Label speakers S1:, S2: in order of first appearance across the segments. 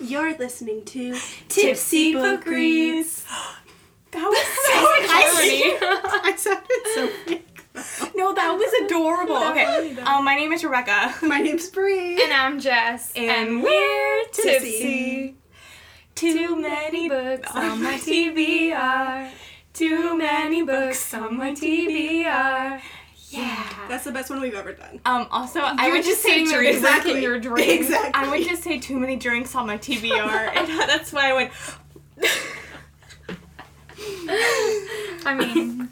S1: You're listening to
S2: Tipsy Book
S1: Bookries.
S2: That was so
S1: I sounded so fake.
S2: much. no, that was adorable. Okay. Um, my name is Rebecca.
S1: My name's Bree.
S3: And I'm Jess.
S2: And we're
S1: tipsy.
S2: tipsy. Too many books on my TBR. Too many books on my TBR. Yeah.
S1: That's the best one we've ever done.
S2: Um, also, I
S3: You're
S2: would just say
S3: sitting there
S2: drinks.
S3: drinking your drink.
S1: Exactly.
S2: I would just say too many drinks on my TBR, and that's why I went.
S3: I mean,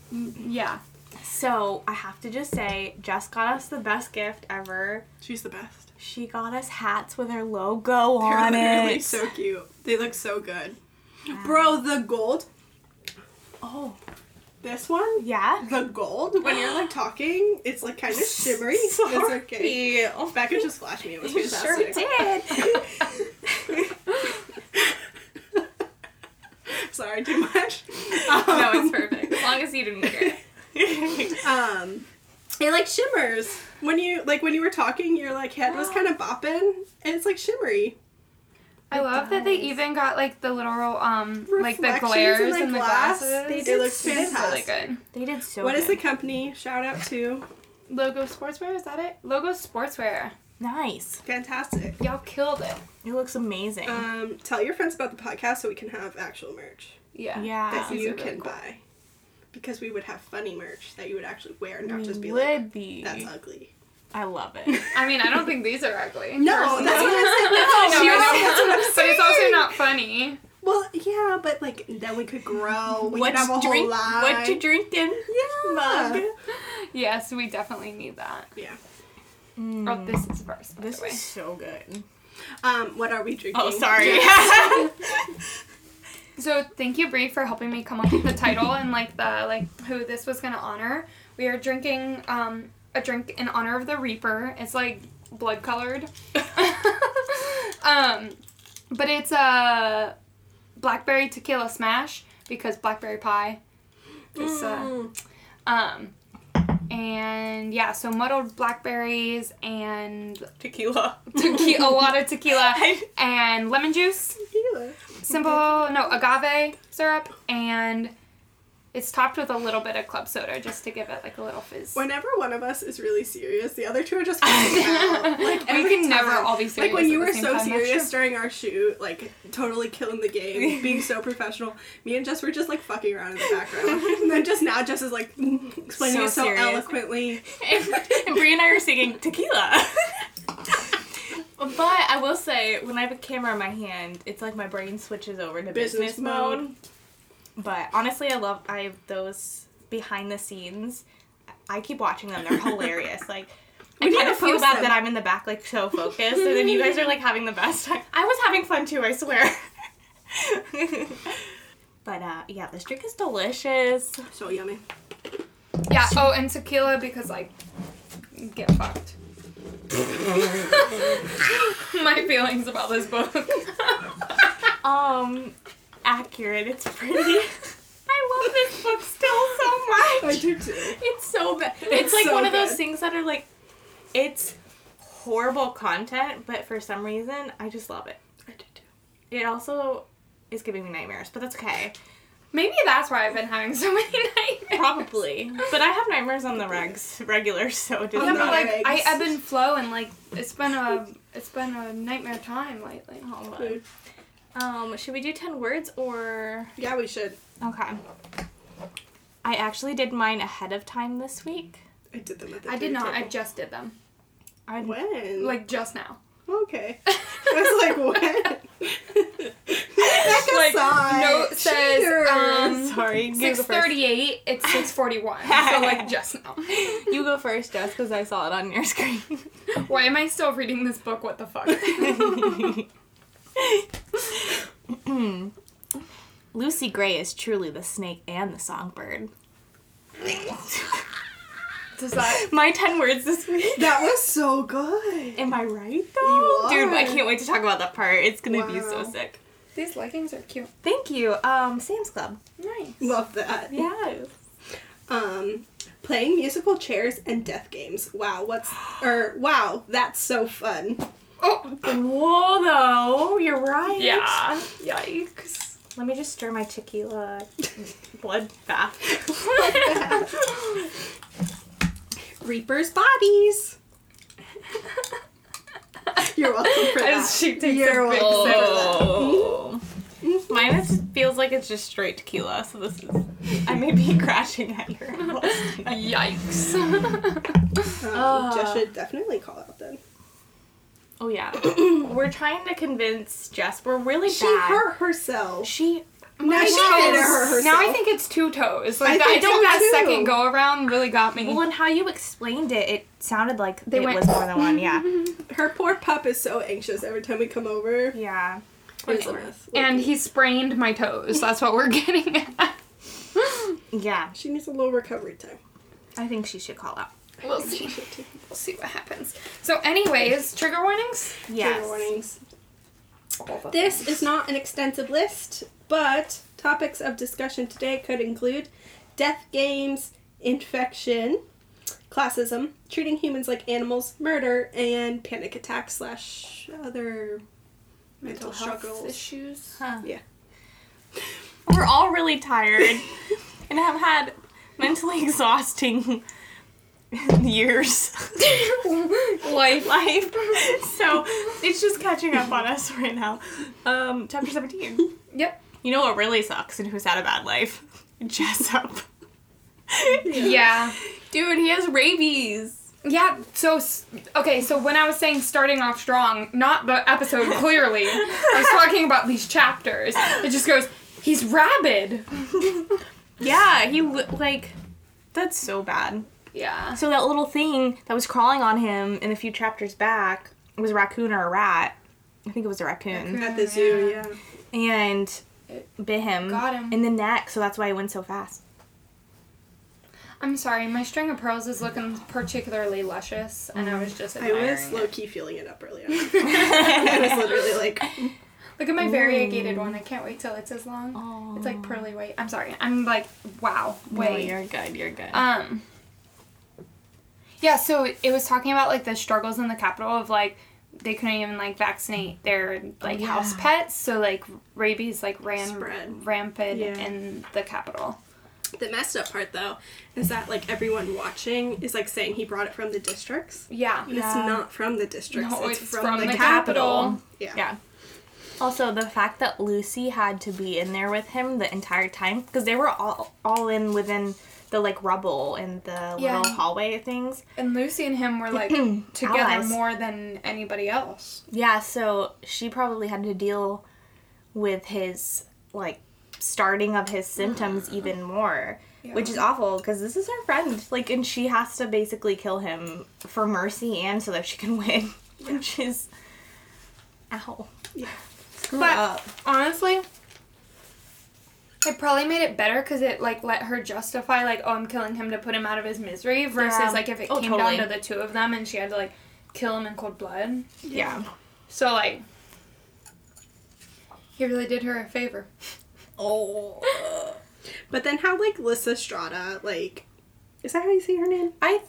S3: yeah.
S2: So I have to just say, Jess got us the best gift ever.
S1: She's the best.
S2: She got us hats with her logo
S1: They're
S2: on
S1: literally
S2: it.
S1: so cute. They look so good. Bro, the gold.
S2: oh
S1: This one.
S2: yeah.
S1: The gold. When you're like talking, it's like kind of shimmery. That's okay.
S2: Oh,
S1: Becca just flashed me. It was
S2: You sure
S1: fantastic.
S2: did.
S1: Sorry, too much.
S3: No,
S1: Um,
S3: it's perfect. As long as you didn't care.
S1: um it like shimmers when you like when you were talking your like head was kind of bopping and it's like shimmery
S3: I love that they even got like the little um like the
S1: Reflections
S3: glares
S1: in the
S3: and the
S1: glass.
S3: glasses.
S1: They
S3: It
S1: did look
S3: is really
S1: fantastic.
S3: good.
S2: they did so.
S1: What is
S2: good.
S1: the company shout out to
S3: Logo Sportswear is that it? Logo Sportswear.
S2: nice?
S1: fantastic
S3: Y'all killed it.
S2: It looks amazing.
S1: um tell your friends about the podcast so we can have actual merch
S3: Yeah.
S2: yeah.
S1: that
S3: these
S1: you
S3: are really
S1: can
S3: cool.
S1: buy because we would have funny merch that you would actually wear not
S2: We
S1: just be
S2: would
S1: like
S2: be.
S1: that's ugly
S2: I love it.
S3: I mean, I don't think these are ugly.
S1: no
S3: personally.
S1: that's what i'm saying
S3: No,
S1: no,
S3: I know.
S1: that's what i'm saying
S3: But it's also not funny.
S1: well yeah but like then we could grow we could have a whole
S2: drink,
S1: line
S2: What you drinking?
S1: yeah
S2: Mug.
S3: Yes, we definitely need that.
S1: yeah Mm.
S3: Oh, this is first. By
S2: Mm, This
S3: the way.
S2: is so good.
S1: um what are we drinking
S2: Oh, sorry.
S3: So thank you, Bree, for helping me come up with the title and like the like who this was gonna honor. We are drinking um a drink in honor of the Reaper. It's like blood colored. um, but it's a blackberry tequila smash because blackberry pie. Is, uh,
S1: Mm.
S3: um, and yeah, so muddled blackberries and
S2: Tequila.
S3: tequi- a lot of tequila
S2: I-
S3: and lemon juice. simple no agave syrup and it's topped with a little bit of club soda just to give it like a little fizz.
S1: Whenever one of us is really serious, the other two are just freaking out. Like
S3: We
S1: every
S3: can never
S1: time.
S3: all be
S1: Like when
S3: serious
S1: you
S3: at the
S1: were
S3: same
S1: so
S3: time, that's
S1: serious
S3: true.
S1: during our shoot, like totally killing the game, being so professional. Me and Jess were just like fucking around in the background, and then just now Jess is like explaining
S2: So
S1: it so
S2: serious.
S1: eloquently.
S2: and, and Brie and I are singing tequila. but I will say, when I have a camera in my hand, it's like my brain switches over to business,
S1: Business
S2: mode.
S1: mode.
S2: But honestly, I love I have those behind the scenes. I keep watching them; they're hilarious. Like. I
S1: We
S2: kind
S1: need
S2: of
S1: to
S2: feel
S1: post
S2: bad
S1: them.
S2: that I'm in the back, like so focused, and then you guys are like having the best time. I was having fun too, I swear. but uh, yeah, this drink is delicious.
S1: So yummy.
S3: yeah. Oh, and tequila because like get fucked. My feelings about this book.
S2: Um, accurate. It's pretty. I love this book still so
S1: I
S2: much.
S1: do too.
S2: It's so bad. It's like
S1: so
S2: one of those
S1: good.
S2: things that are like, it's horrible content, but for some reason I just love it.
S1: I do too.
S2: It also is giving me nightmares, but that's okay.
S3: Maybe that's why I've been having so many nightmares.
S2: Probably, but I have nightmares on the regs regular, so it
S3: Yeah,
S2: doesn't
S3: but
S2: matter.
S3: like I
S1: Nightmares.
S3: ebb and flow, and like it's been a it's been a nightmare time lately.
S2: Oh, well. Um, should we do ten words or?
S1: Yeah, we should.
S2: Okay. I actually did mine ahead of time this week.
S1: I did them at the
S3: I did
S1: dinner
S3: not. I
S1: table.
S3: just did them
S2: I
S1: when?
S3: like just now.
S1: okay. I was like when. Becca
S2: Like,
S1: sighed.
S3: note says, um,
S2: Sorry, you go
S3: Six
S2: first.
S3: thirty-eight. It's six forty-one. so like just now.
S2: You go first, Jess, because I saw it on your screen.
S3: Why am I still reading this book? What the fuck?
S2: Lucy Gray is truly the snake and the songbird.
S3: Does that?
S2: My 10 words this week.
S1: that was so good.
S2: Am I right,
S1: You
S2: though? Dude, I
S1: are.
S2: can't wait to talk about that part. It's gonna be so
S1: Wow.
S2: sick.
S3: These leggings are cute.
S2: Thank you. Um, Sam's Club.
S3: Nice.
S1: Love that.
S2: Yes.
S1: um playing musical chairs and death games wow what's or wow that's so fun
S3: Oh,
S2: Whoa, though. You're right.
S3: yeah. Yikes.
S2: Let me just stir my tequila blood bath.
S1: Reaper's bodies. You're welcome for that.
S3: As she takes
S1: You're
S3: a big
S1: welcome.
S2: Oh. Mine is, feels like it's just straight tequila, so this is. I may be crashing at your house.
S3: sip. Yikes.
S1: Um,
S2: Ah.
S1: Jess should definitely call out then.
S2: Oh, yeah. we're trying to convince Jess. We're really
S1: She
S2: bad.
S1: hurt herself.
S2: She.
S1: Now she did her herself.
S3: Now I think it's two toes. Like
S1: I
S3: I, that, I
S1: think
S3: think
S1: so,
S3: that
S1: too.
S3: second go around really got me.
S2: Well, and how you explained it, it sounded like
S3: They
S2: it
S3: went-
S2: was more than one. Yeah.
S1: her poor pup is so anxious every time we come over.
S2: Yeah.
S1: It's a mess.
S3: And he sprained my toes. That's what we're getting at.
S2: Yeah.
S1: she needs a little recovery time.
S2: I think she should call out.
S3: We'll
S1: She
S3: see.
S1: should take
S3: We'll see what happens. So, anyways, trigger warnings.
S1: trigger warnings. This is not an extensive list, but topics of discussion today could include death games, infection, classism, treating humans like animals, murder, and panic attacks slash other mental, struggles.
S3: issues.
S2: Huh.
S1: Yeah.
S2: We're all really tired and have had mentally exhausting years
S3: Life.
S2: life. So it's just catching up on us right now. Um, chapter 17.
S3: Yep.
S2: You know what really sucks and who's had a bad life? Jessup.
S3: Yeah.
S2: Dude, he has rabies.
S3: Yeah. So s- okay. So when I was saying starting off strong, not the episode clearly. I was talking about these chapters. It just goes. He's rabid.
S2: Yeah, he li- like that's so bad.
S3: Yeah.
S2: So that little thing that was crawling on him in a few chapters back was a raccoon or a rat. I think it was a raccoon.
S1: At the zoo, yeah.
S2: And bit him.
S3: Got him.
S2: In the neck, so that's why he went so fast.
S3: I'm sorry. My string of pearls is looking particularly luscious, and I was just
S1: I
S3: admiring.
S1: was
S3: it.
S1: low key feeling it up earlier. I was literally like,
S3: Look at my variegated one. I can't wait till it's as long. It's like pearly white. I'm sorry. I'm like wow. Wait.
S2: good, you're good.
S3: Um. Yeah, so it was talking about like the struggles in the capital of like they couldn't even like vaccinate their like
S2: Oh, yeah.
S3: house pets, so like rabies like ran
S1: Spread.
S3: rampant
S1: Yeah.
S3: in the capital.
S1: the messed up part though is that like everyone watching is like saying he brought it from the districts.
S3: Yeah.
S1: And It's
S2: Yeah.
S1: not from the districts.
S3: No,
S1: it's,
S3: it's
S1: from,
S3: from
S1: the,
S3: the
S1: capital.
S3: capital.
S1: Yeah.
S2: Yeah. Also, the fact that Lucy had to be in there with him the entire time because they were all all in within the like rubble and the
S3: Yeah.
S2: little hallway things.
S3: And Lucy and him were like together
S2: Allies.
S3: more than anybody else.
S2: Yeah, so she probably had to deal with his like starting of his symptoms even more, which is awful because this is her friend. Like, and she has to basically kill him for mercy and so that she can win, which is ow.
S1: Yeah.
S2: Screw
S3: But-
S2: up.
S3: Honestly, it probably made it better because it like let her justify like, oh, I'm killing him to put him out of his misery versus
S2: Yeah.
S3: like if it
S2: Oh,
S3: came
S2: totally.
S3: down to the two of them and she had to like kill him in cold blood.
S2: Yeah.
S3: So like, he really did her a favor.
S2: Oh.
S1: But then how like Lissa Strada like is that how you say her name?
S2: I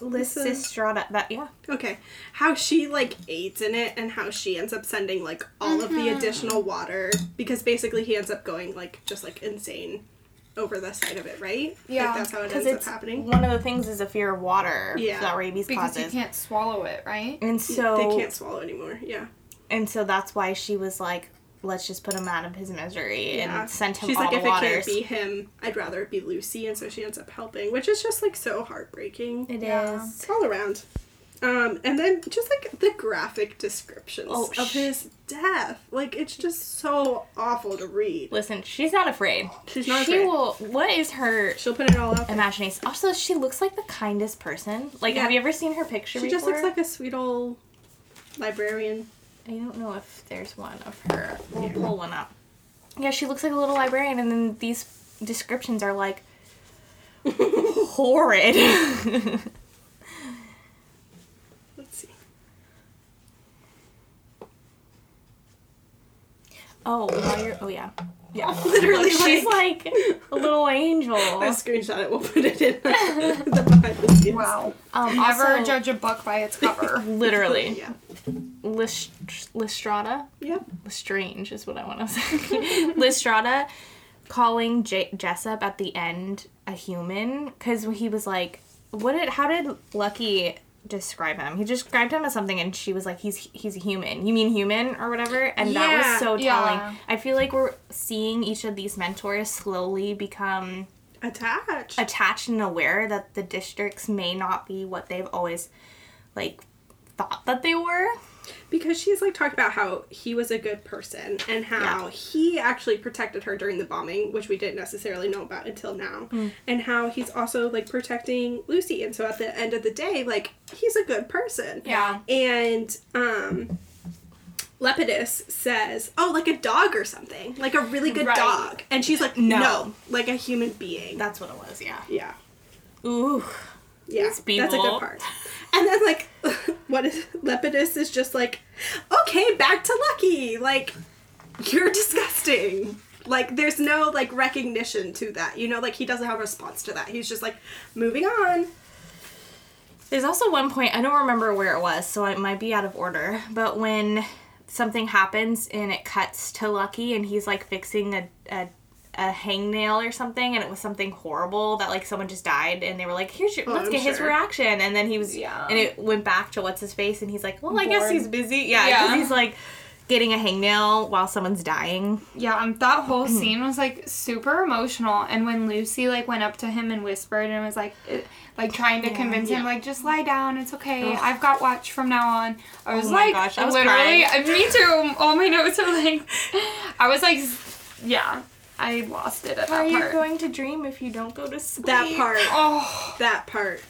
S1: Listen.
S2: Lysistrata that yeah.
S1: Okay. How she like aids in it and how she ends up sending like all of
S2: Mm-hmm.
S1: the additional water because basically he ends up going like just like insane over the side of it, right?
S3: Yeah,
S1: Like that's how it
S2: Because
S1: ends up
S2: it's
S1: happening.
S2: one of the things is a fear of water
S1: Yeah.
S2: that rabies
S3: Because
S2: causes.
S3: he can't swallow it, right?
S2: and so
S1: they can't swallow anymore. Yeah.
S2: And so that's why she was like, let's just put him out of his misery
S1: Yeah.
S2: and sent him
S1: She's
S2: all
S1: like,
S2: the
S1: if
S2: waters.
S1: it can't be him, I'd rather it be Lucy, and so she ends up helping, which is just like so heartbreaking.
S2: It
S3: Yeah.
S2: is.
S1: It's all around. Um, and then just like the graphic descriptions
S2: Oh,
S1: of
S2: sh-
S1: his death, like it's just so awful to read.
S2: Listen, she's not afraid.
S1: She's not
S2: she
S1: afraid.
S2: will. What is her
S1: She'll put it all out. there.
S2: imagination? Also, she looks like the kindest person. Like,
S1: Yeah.
S2: have you ever seen her picture?
S1: She just
S2: before?
S1: looks like a sweet old librarian.
S2: I don't know if there's one of her. We'll pull one up. Yeah, she looks like a little librarian, and then these descriptions are like horrid.
S1: Let's see.
S2: oh, while you're, oh yeah, yeah.
S1: Literally,
S2: she's like a little angel.
S1: I screenshot it. We'll put it in the behind the scenes.
S3: Wow.
S2: Um,
S3: Never
S2: also-
S3: judge a book by its cover.
S2: Literally.
S1: Yeah.
S2: List- Listrada.
S1: Yep.
S2: Lestrange is what I want to say. Lestrada calling J- Jessup at the end a human because he was like, "What did? How did Lucky describe him? He described him as something, and she was like, he's he's a human. You mean human or whatever?'" And that
S1: Yeah,
S2: was so
S3: yeah.
S2: telling. I feel like we're seeing each of these mentors slowly become
S1: Attached.
S2: attached and aware that the districts may not be what they've always like thought that they were.
S1: because she's like talking about how he was a good person and how
S2: Yeah.
S1: he actually protected her during the bombing, which we didn't necessarily know about until now, and how he's also like protecting Lucy. And so at the end of the day, like he's a good person.
S3: Yeah.
S1: And um, Lepidus says, "Oh, like a dog or something, like a really good
S3: Right.
S1: dog," and she's like,
S2: No.
S1: no. like a human being."
S2: That's what it was. Yeah.
S1: yeah.
S2: Ooh.
S1: Yeah,
S2: These people.
S1: that's a good part. And then like, what is Lepidus is just like, okay, back to Lucky. Like, you're disgusting. Like, there's no like recognition to that. You know, like he doesn't have a response to that. He's just like, moving on.
S2: There's also one point I don't remember where it was, so it might be out of order. But when something happens and it cuts to Lucky and he's like fixing a a, a hangnail or something, and it was something horrible that like someone just died, and they were like, "Here's your,
S1: Oh,
S2: let's
S1: I'm
S2: get his
S1: sure.
S2: reaction," and then he was
S3: Yeah.
S2: and it went back to what's his face, and he's like, "Well, I guess
S3: Bored.
S2: he's busy." Yeah, 'cause
S3: Yeah.
S2: he's like getting a hangnail while someone's dying.
S3: Yeah, um, that whole
S2: Mm-hmm.
S3: scene was like super emotional. And when Lucy like went up to him and whispered and was like, it, like trying to
S2: Yeah,
S3: convince
S2: yeah.
S3: him, like just lie down, it's okay. I've got watch from now on. I was
S2: Oh my
S3: like,
S2: gosh, I was
S3: literally,
S2: crying.
S3: and me too. All my notes are like, I was like, s- yeah, I lost it at that part.
S2: to dream if you don't go to sleep?
S1: That part.
S3: oh,
S1: That part.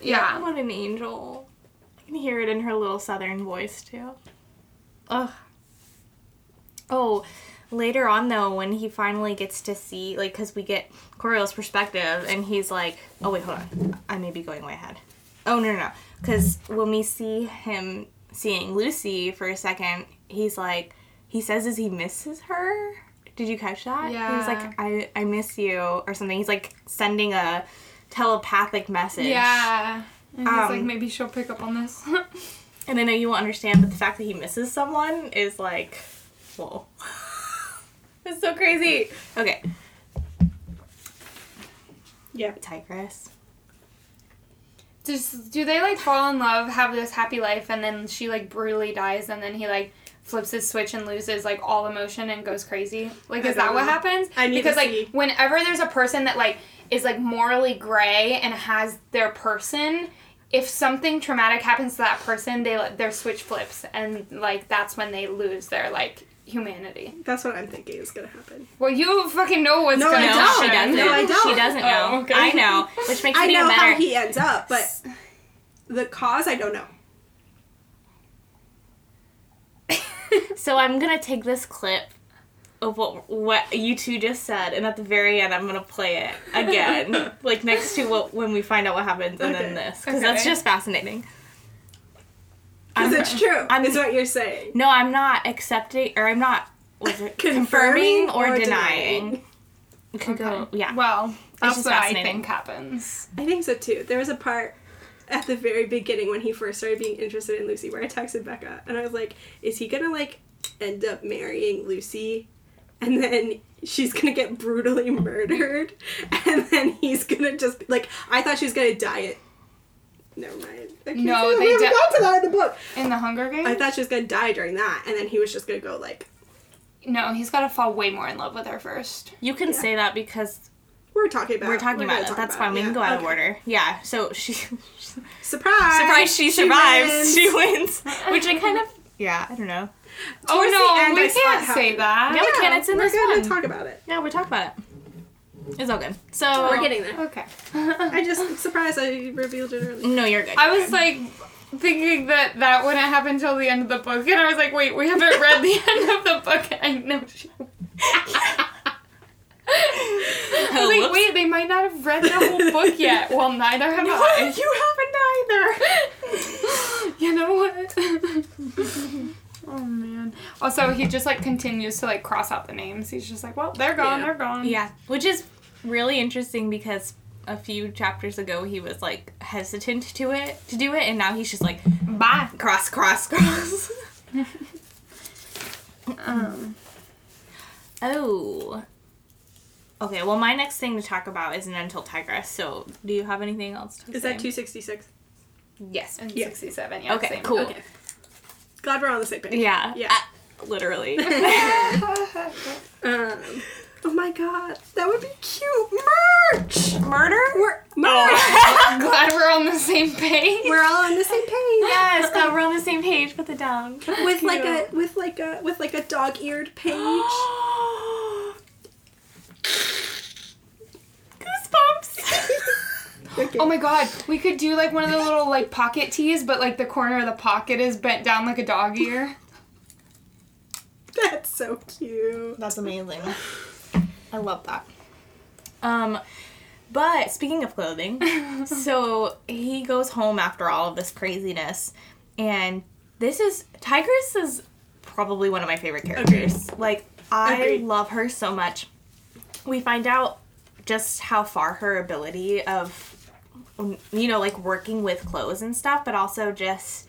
S3: yeah.
S2: What an angel. I can hear it in her little southern voice too. Ugh. Oh, later on though, when he finally gets to see, like, because we get Coriel's perspective, and he's like, oh, wait, hold on. I may be going way ahead. Oh, no, no, no. Because when we see him seeing Lucy for a second, he's like, he says, as he misses her? Did you catch that? He was
S3: Yeah.
S2: like, I, I miss you, or something. He's like sending a telepathic message.
S3: Yeah. And he's like,
S2: Um,
S3: maybe she'll pick up on this.
S2: And I know you won't understand, but the fact that he misses someone is like, whoa. That's so crazy. Okay,
S1: Yeah.
S2: Tigress.
S3: Just do they like fall in love, have this happy life, and then she like brutally dies, and then he like flips his switch and loses like all emotion and goes crazy? Like,
S1: I
S3: is that
S1: don't
S3: what
S1: know.
S3: happens?
S1: I need to
S3: because like
S1: see.
S3: whenever there's a person that like is like morally gray and has their person. If something traumatic happens to that person, they let their switch flips, and like that's when they lose their like humanity.
S1: That's what I'm thinking is gonna happen.
S3: Well, you fucking know what's
S1: No,
S3: going
S1: I
S3: to
S1: don't.
S3: happen.
S2: she doesn't.
S1: No, I don't.
S2: She doesn't know.
S3: Oh, okay.
S2: I know, which makes it
S1: I
S2: even
S1: know
S2: better.
S1: how he ends up, but the cause I don't know.
S2: so I'm gonna take this clip of what what you two just said, and at the very end, I'm gonna play it again, like next to what when we find out what happens, and then
S1: Okay.
S2: this, because that's
S3: Okay.
S2: just fascinating.
S1: Because
S2: I'm-
S1: it's true.
S2: I'm-
S1: is what you're saying.
S2: No, I'm not accepting, or I'm not was it confirming,
S1: Confirming
S2: or,
S1: or
S2: denying. It could go- yeah.
S3: Well, that's
S2: just
S3: what I
S2: fascinating.
S3: think happens.
S1: I think so too. There was a part at the very beginning when he first started being interested in Lucy where I texted Becca and I was like, is he gonna like end up marrying Lucy and then she's gonna get brutally murdered and then he's gonna just like I thought she was gonna die it. Never mind. I can't
S3: No,
S1: say-
S3: they
S1: we haven't
S3: di-
S1: got to that in the book.
S3: In the Hunger Games?
S1: I thought she was gonna die during that and then he was just gonna go like
S3: no, he's got to fall way more in love with her first.
S2: You can say that because
S1: we're talking about
S2: we're talking about
S1: gonna
S2: it.
S1: talk
S2: That's
S1: about
S2: fine. We
S1: yeah.
S2: can go out of
S1: Okay.
S2: order. Yeah. So she
S1: Surprise!
S2: surprised she,
S1: She
S2: survives.
S1: wins.
S2: She wins, which I kind of yeah. I don't know.
S1: Towards
S3: oh
S1: the
S3: no,
S1: end, I
S3: we
S1: saw
S3: can't
S1: it
S3: say
S1: happen.
S3: that.
S2: Yeah, we can. It's in
S1: We're
S2: this
S1: gonna
S2: one.
S1: talk about it.
S2: yeah, we're talking about it. It's all good. So
S1: We're getting there.
S3: Okay.
S1: I just surprised I revealed it earlier.
S2: No, you're good.
S3: I was like thinking that that wouldn't happen till the end of the book, and I was like, wait, we haven't read the end of the book. I know she. I was like,
S2: Oh, whoops.
S3: wait, they might not have read the whole book yet. Well, neither have I. you know what? oh man. Also, he just like continues to like cross out the names. He's just like, well, they're gone,
S1: Yeah.
S3: they're gone.
S2: Yeah, which is really interesting because a few chapters ago he was like hesitant to it to do it, and now he's just like, bye, cross, cross, cross. um. Oh. Okay. Well, my next thing to talk about is an Until Tigress. So, do you have anything else? to
S1: Is
S2: say?
S1: that 266?
S2: Yes.
S3: And
S1: Yeah.
S3: 67. Yeah,
S2: Okay.
S3: same.
S2: Cool.
S1: Okay. Glad we're on the same page.
S2: Yeah.
S1: Yeah.
S2: Ah, literally.
S1: Um, oh my god, that would be cute merch.
S2: Murder. Oh.
S1: We're merch.
S3: I'm glad we're on the same page.
S1: We're all on the same page.
S2: Yes, God, we're on the same page with the down.
S1: With like a with like a with like a dog-eared page.
S2: Goosebumps.
S1: Okay.
S3: Oh my god, we could do like one of the little like pocket tees, but like the corner of the pocket is bent down like a dog ear.
S1: That's so cute.
S2: That's amazing. I love that. Um, but speaking of clothing, so he goes home after all of this craziness, and this is Tigress is probably one of my favorite characters. Like I
S1: Agreed.
S2: love her so much. We find out just how far her ability of, you know, like working with clothes and stuff, but also just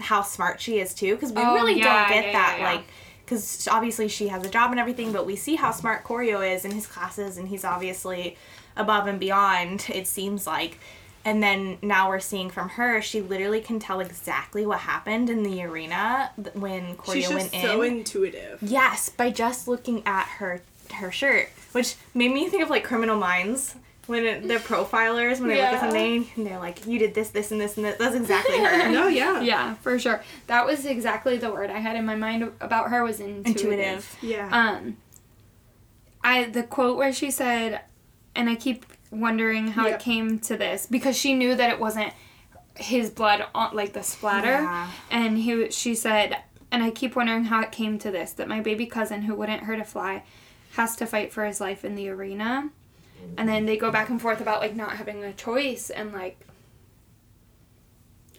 S2: how smart she is too, because we
S3: Oh,
S2: really
S3: yeah,
S2: don't get
S3: yeah,
S2: that
S3: yeah, yeah.
S2: like because obviously she has a job and everything, but we see how smart Corio is in his classes, and he's obviously above and beyond, it seems like. And then now we're seeing from her, she literally can tell exactly what happened in the arena th- when
S1: She's
S2: Corio
S1: just
S2: went
S1: so
S2: in.
S1: intuitive.
S2: Yes, by just looking at her her shirt, which made me think of like Criminal Minds when it, the profilers when they look at
S3: Yeah.
S2: something and they're like, "You did this, this, and this, and this." That's exactly her.
S1: No, yeah.
S3: Yeah, for sure. That was exactly the word I had in my mind about her was intuitive.
S2: Intuitive.
S1: Yeah.
S3: Um I the quote where she said and I keep wondering how
S1: Yep.
S3: it came to this because she knew that it wasn't his blood on like the splatter
S2: Yeah.
S3: and he she said and I keep wondering how it came to this that my baby cousin who wouldn't hurt a fly has to fight for his life in the arena. And then they go back and forth about like not having a choice and like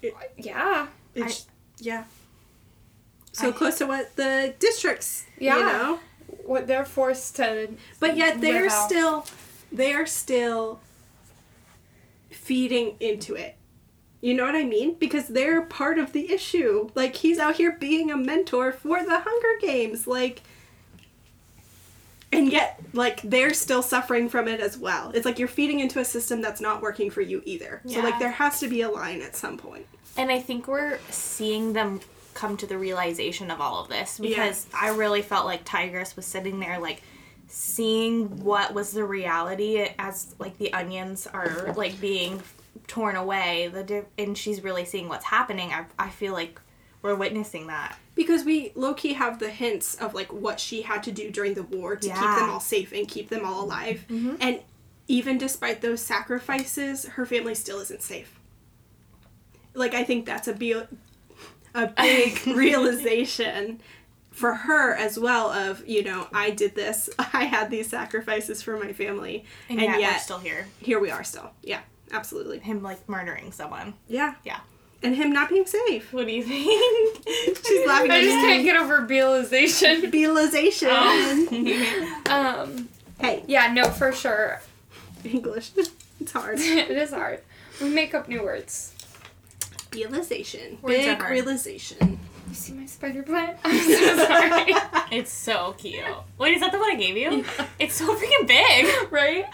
S1: It-
S3: yeah.
S1: It's, yeah. So
S2: I-
S1: close to what the districts, you
S3: Yeah.
S1: know.
S3: What they're forced to
S1: But yet they are
S3: Live out.
S1: still they are still feeding into it. You know what I mean? Because they're part of the issue. Like he's out here being a mentor for the Hunger Games, like and yet like they're still suffering from it as well. It's like you're feeding into a system that's not working for you either. So like
S2: Yeah.
S1: there has to be a line at some point.
S2: And I think we're seeing them come to the realization of all of this
S1: Yeah.
S2: because I really felt like Tigress was sitting there like seeing what was the reality as like the onions are like being torn away the diff- and she's really seeing what's happening I, I feel like we're witnessing that
S1: Because we low key have the hints of like what she had to do during the war to keep
S2: Yeah. Mm-hmm.
S1: them all safe and keep them all alive. And even despite those sacrifices, her family still isn't safe. Like I think that's a be- a big realization for her as well of, you know, I did this. I had these sacrifices for my family
S2: and,
S1: and,
S2: yet, we're
S1: yet
S2: still here
S1: here we are still. Yeah, absolutely.
S2: him like murdering someone
S1: Yeah.
S2: yeah
S1: And him not being safe.
S2: what do you think
S1: She's laughing
S3: I
S1: at
S3: just
S1: me.
S3: can't get over realization.
S1: Realization.
S2: Oh.
S3: Um,
S1: Hey,
S3: yeah, no, for sure.
S1: English. It's hard.
S3: it is hard. We make up new words.
S1: Realization.
S2: Words are
S1: Big
S2: hard.
S1: realization.
S3: You see my spider plant? I'm so sorry.
S2: Uh, it's so cute wait is that the one i gave you it's so freaking big
S3: right?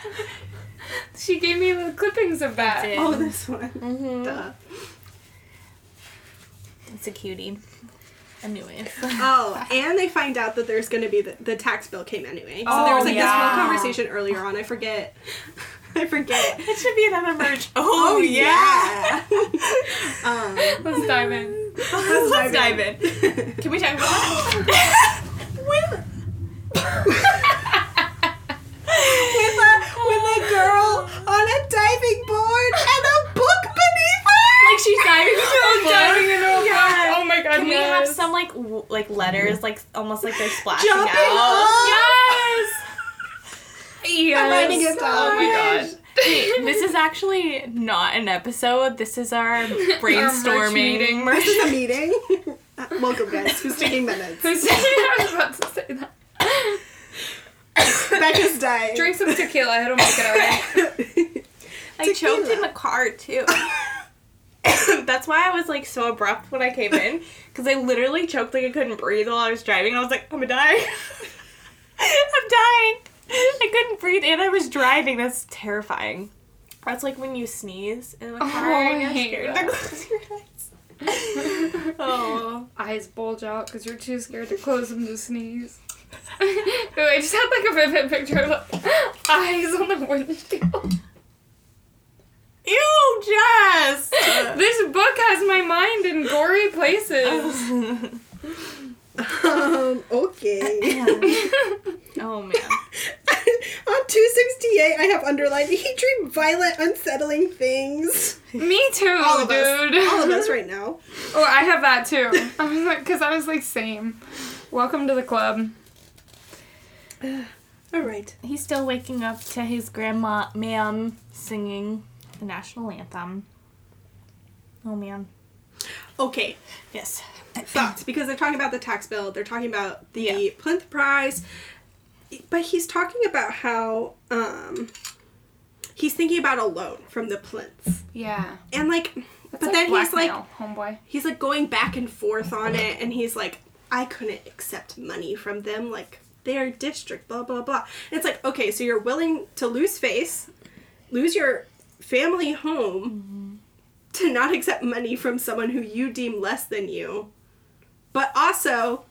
S3: She gave me the clippings of that.
S2: did.
S1: Oh, this one.
S2: mm-hmm.
S1: Duh.
S2: It's a cutie. Anyways.
S1: Oh, and they find out that there's going to be the, the tax bill came anyway. So there
S3: Oh,
S1: was like this
S3: yeah.
S1: whole conversation earlier on. I forget. I forget.
S2: it should be another merch.
S1: Oh, yeah. um,
S3: Let's dive in.
S2: Let's, dive in. Can we talk about that?
S1: with with a with a girl on a diving board and a book beneath her.
S2: like she's diving into a book.
S3: diving into a
S2: Yeah.
S3: book. Oh my god.
S2: Can we have
S3: yes.
S2: some like w- like letters like almost like they're splashing
S1: Jumping
S2: out?
S3: Yes!
S1: I'm writing
S3: Yes.
S1: it
S3: Oh my
S1: down.
S3: god.
S2: This is actually not an episode. This is our brainstorming
S3: meeting.
S1: This is a meeting. Uh, Welcome, guys. Who's taking minutes?
S3: I was about to say that.
S1: Becca's dying.
S3: Drink some tequila, it'll make it alright.
S2: I choked in the car too. That's why I was like so abrupt when I came in because I literally choked like I couldn't breathe while I was driving. And I was like, I'm gonna die. I'm dying. I couldn't breathe and I was driving. That's terrifying. That's like when you sneeze in the
S3: Oh,
S2: car
S3: I
S2: and you're
S3: hate
S2: scared
S3: that.
S2: to close your eyes. oh.
S3: Eyes bulge out because you're too scared to close them to sneeze. Wait, I just had like a vivid picture of like, eyes on the windshield.
S2: Ew, Jess!
S3: this book has my mind in gory places.
S1: Um,
S2: Uh,
S1: okay.
S2: oh man.
S1: On 268, I have underlined he dreamed violent, unsettling things.
S3: Me too,
S1: All of us.
S3: dude.
S2: Uh-huh.
S1: All of us right now.
S3: Oh, I have that too. I was like, because I was like, same. Welcome to the club.
S1: All right.
S2: He's still waking up to his grandma, ma'am, singing the national anthem. Oh man.
S1: Okay.
S2: Yes.
S1: Thoughts because they're talking about the tax bill, they're talking about the
S2: Yeah.
S1: Plinth Prize, but he's talking about how um, he's thinking about a loan from the Plinths,
S3: Yeah.
S1: and like, but
S3: It's
S1: then he's like,
S3: blackmail, homeboy.
S1: he's like going back and forth on it and he's like i couldn't accept money from them like their district blah blah blah and it's like okay so you're willing to lose face lose your family home to not accept money from someone who you deem less than you but also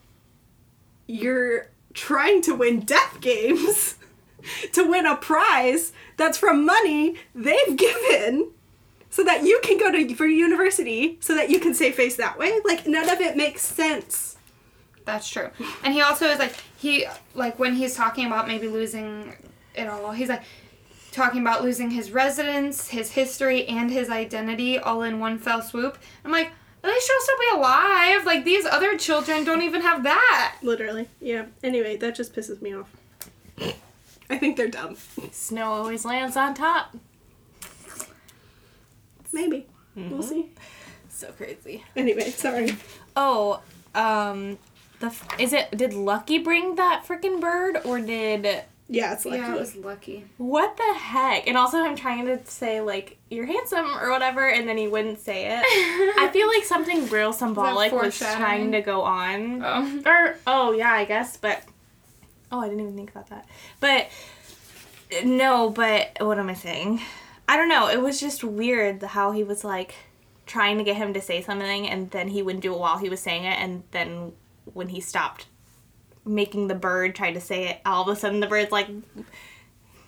S1: you're trying to win death games to win a prize that's from money they've given so that you can go to for university so that you can save face that way like none of it makes sense
S3: That's true. And he also is like he like when he's talking about maybe losing it all, he's like talking about losing his residence, his history, and his identity all in one fell swoop. I'm like, at least you'll still be alive. Like these other children don't even have that.
S1: literally yeah anyway that just pisses me off i think they're dumb
S2: Snow always lands on top.
S1: maybe we'll see
S2: So crazy.
S1: anyway sorry
S2: Oh, um, the f- is it? Did Lucky bring that freaking bird, or did
S1: yeah it's lucky
S3: Yeah, it was lucky.
S2: what the heck? And also, I'm trying to say like you're handsome or whatever, and then he wouldn't say it.
S3: Oh.
S2: I feel like something real symbolic was
S3: foreshadowing?
S2: trying to go on.
S3: Oh.
S2: Or oh yeah, I guess, but oh, I didn't even think about that. But no, but what am I saying? I don't know. It was just weird how he was like trying to get him to say something, and then he wouldn't do it while he was saying it, and then when he stopped making the bird try to say it, all of a sudden the bird's like,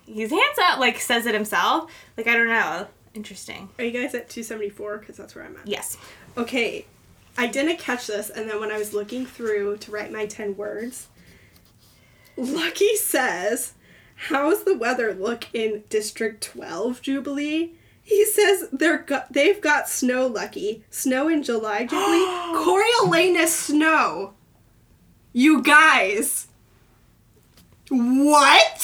S2: he's hands up, like says it himself. Like I don't know. Interesting.
S1: are you guys at 274 because that's where i'm at
S2: Yes.
S1: okay i didn't catch this and then when i was looking through to write my 10 words lucky says how's the weather look in district 12 jubilee he says they're got, they've got snow lucky snow in july jubilee coriolanus snow you guys what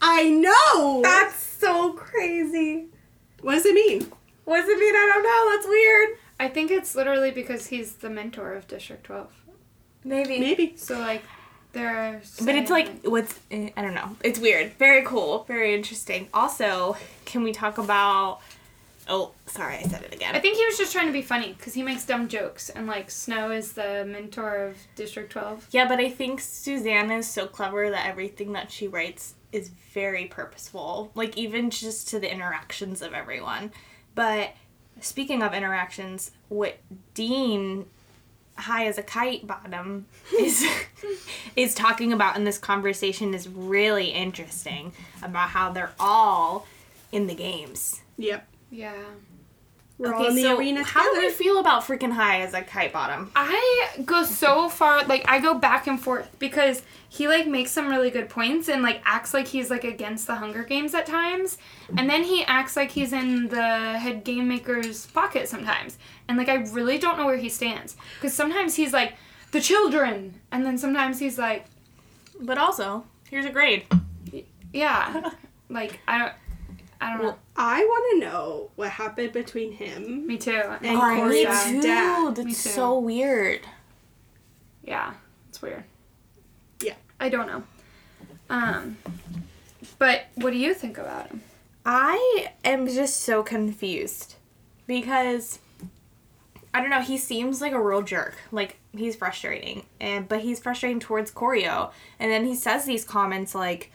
S1: i know
S2: so crazy.
S1: what does it mean
S2: What does it mean? I don't know. That's weird.
S3: I think it's literally because he's the mentor of District 12.
S2: Maybe.
S1: maybe
S3: So like they're
S2: But it's
S3: saying,
S2: like what's eh, I don't know. It's weird. Very cool. Very interesting. Also, can we talk about? Oh, sorry, I said it
S3: I
S2: again.
S3: think he was just trying to be funny because he makes dumb jokes and like Snow is the mentor of District 12.
S2: Yeah, but I think Susanna is so clever that everything that she writes is very purposeful. Like even just to the interactions of everyone. But speaking of interactions, what Dean high as a kite bottom is is talking about in this conversation is really interesting about how they're all in the games.
S1: yep
S3: Yeah.
S1: we're all in the arena
S2: how do we
S1: together.
S2: feel about freaking high as a kite bottom?
S3: I go so far, like I go back and forth because he like makes some really good points and like acts like he's like against the Hunger Games at times, and then he acts like he's in the head game maker's pocket sometimes, and like I really don't know where he stands because sometimes he's like the children, and then sometimes he's like
S2: But also, here's a grade.
S3: yeah, like I don't, I don't know.
S1: I want to know what happened between him.
S3: Me too.
S1: And Corey's
S3: um,
S1: dad.
S2: That's
S3: Me too.
S2: so weird.
S3: Yeah, it's weird.
S1: Yeah.
S3: I don't know. Um, But what do you think about him?
S2: I am just so confused because I don't know. He seems like a real jerk. Like he's frustrating, and but he's frustrating towards Corio. And then he says these comments like,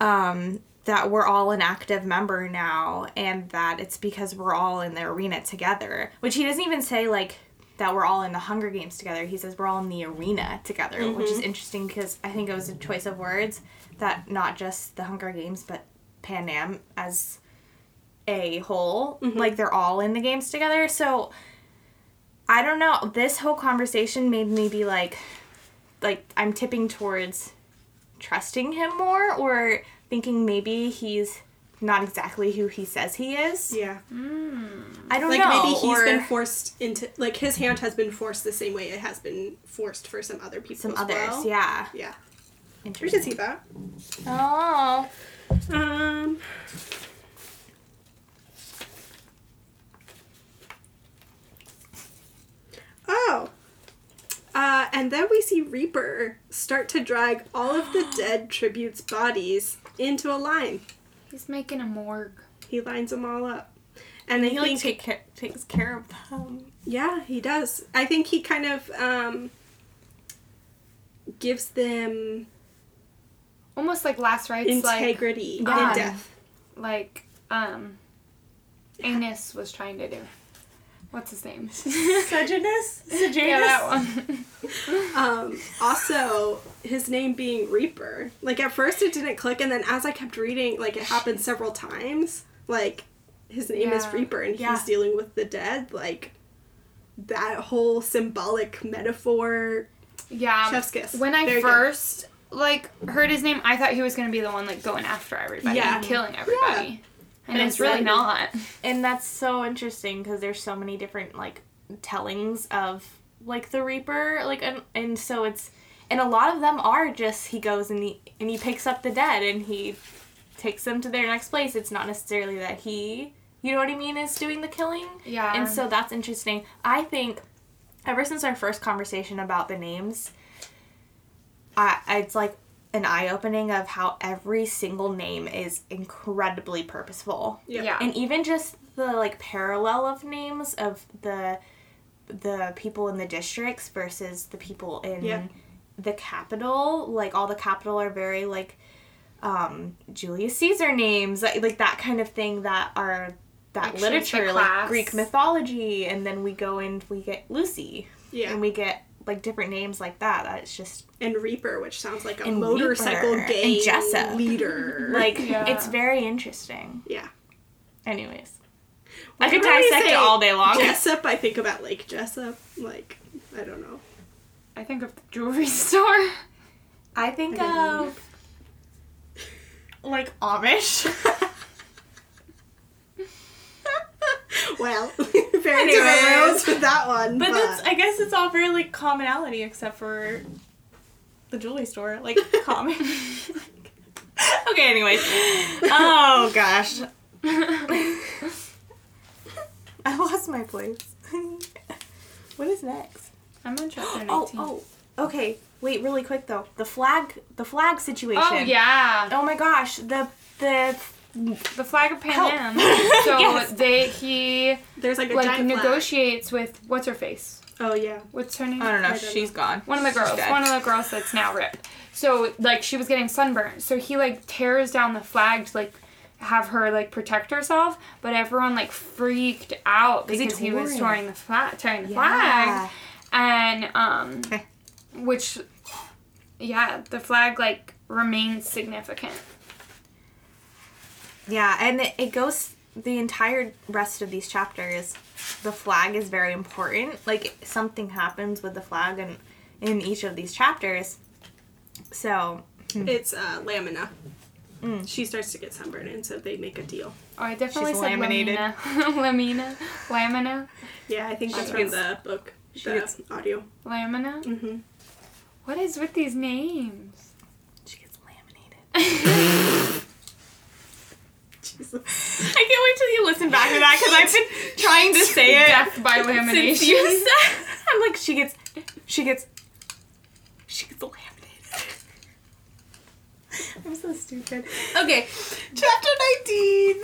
S2: um, that we're all an active member now, and that it's because we're all in the arena together. Which he doesn't even say like that we're all in the Hunger Games together. He says we're all in the arena together, which is interesting because I think it was a choice of words that not just the Hunger Games but Pan Am as a whole, like they're all in the games together. So I don't know. This whole conversation made me be like, like I'm tipping towards trusting him more, or thinking maybe he's not exactly who he says he is.
S1: Yeah.
S2: I don't
S1: Like
S2: know.
S1: maybe he's
S2: or
S1: been forced into like his hand has been forced the same way it has been forced for some other people.
S2: some
S1: as
S2: others.
S1: well.
S2: Yeah.
S1: Yeah. We can
S2: Interesting.
S1: see that.
S2: Oh.
S1: Um. Oh. Uh, and then we see Reaper start to drag all of the dead tributes' bodies into a line.
S3: He's making a morgue.
S1: He lines them all up. And I
S2: He like
S1: think,
S2: take care, takes care of them.
S1: yeah, he does. I think he kind of um, gives them
S3: Almost like last rites, like
S1: integrity
S3: God.
S1: in death.
S3: like um, Anus was trying to do. What's his name?
S2: Sejanus? Sejanus?
S3: yeah, that one.
S1: Um, also, his name being Reaper. Like at first it didn't click, and then as I kept reading, like it happened several times. Like his name is
S3: Yeah.
S1: Reaper, and he's
S2: Yeah.
S1: dealing with the dead. Like that whole symbolic metaphor.
S3: yeah.
S1: Chef's kiss.
S3: Um, When I
S1: Very good.
S3: first like heard his name, I thought he was gonna be the one like going after everybody
S1: Yeah.
S3: and killing everybody. And,
S2: And
S3: it's really
S2: instead-
S3: not.
S2: And that's so interesting because there's so many different like tellings of like the Reaper, like and and so it's and a lot of them are just he goes and he and he picks up the dead and he takes them to their next place. It's not necessarily that he, you know what I mean, is doing the killing.
S3: Yeah.
S2: And so that's interesting. I think ever since our first conversation about the names, I it's like an eye opening of how every single name is incredibly purposeful
S1: Yeah.
S3: yeah.
S2: and even just the like parallel of names of the the people in the districts versus the people in
S1: Yeah.
S2: the capital like all the capital are very like um julius caesar names like, like that kind of thing that are that
S3: Like, shapes the
S2: literature like
S3: class.
S2: greek mythology and then we go and we get lucy
S1: Yeah,
S2: and
S1: and,
S2: we get like different names like that that's just
S1: Reaper, which sounds like a
S2: And
S1: motorcycle
S2: Reaper.
S1: gang
S2: And Jessup.
S1: leader.
S2: like
S3: Yeah.
S2: it's very interesting
S1: yeah,
S2: anyways i
S1: Why
S2: could
S1: would I
S2: dissect
S1: say
S2: it all day long
S1: Jessup. I think about like Jessup. Like I don't know.
S3: I think of the jewelry store.
S2: I think
S1: I didn't
S2: of like Amish.
S1: Well, very different
S2: Anyways.
S1: roads with that one.
S2: but that's I guess it's all very like commonality except for the jewelry store, like common. okay, anyways. Oh gosh. I lost my place. what is next?
S3: I'm on chapter 19.
S2: Oh, oh. Okay, wait, really quick though. The flag the flag situation.
S3: Oh, yeah.
S2: Oh my gosh, the the
S3: The flag of Pan
S2: Help.
S3: Am. So
S2: Yes.
S3: they he
S1: there's like a
S3: like
S1: giant flag.
S3: negotiates with what's her face?
S1: Oh yeah.
S3: What's her name?
S2: I don't know,
S1: I don't
S2: she's gone.
S3: One of the
S2: She's
S3: girls.
S2: dead.
S3: One of the girls that's now ripped. So like she was getting sunburned. So he like tears down the flag to like have her like protect herself, but everyone like freaked out
S2: 'Cause he
S3: because he,
S2: tore
S3: was
S2: it.
S3: tearing the flag, tearing the flag.
S2: Yeah.
S3: and um which yeah the flag like remains significant
S2: Yeah, and it, it goes the entire rest of these chapters. The flag is very important. Like something happens with the flag and in each of these chapters. So
S1: It's uh, Lamina.
S2: Hmm.
S1: She starts to get sunburned, and so they make a deal.
S3: oh i definitely
S2: She's
S3: said
S2: laminated.
S3: lamina lamina lamina
S1: Yeah, I think that's
S2: She
S1: from
S2: gets-
S1: the book, the
S2: she gets-
S1: audio.
S3: lamina
S1: Mm-hmm.
S3: what is with these names
S2: she gets laminated.
S1: Jesus.
S2: I can't wait till you listen back to that because I've been trying to say it
S3: death by
S2: since you
S3: lamination
S2: said. I'm like she gets, she gets, she gets laminated. I'm so stupid.
S1: Okay.
S2: Chapter 19.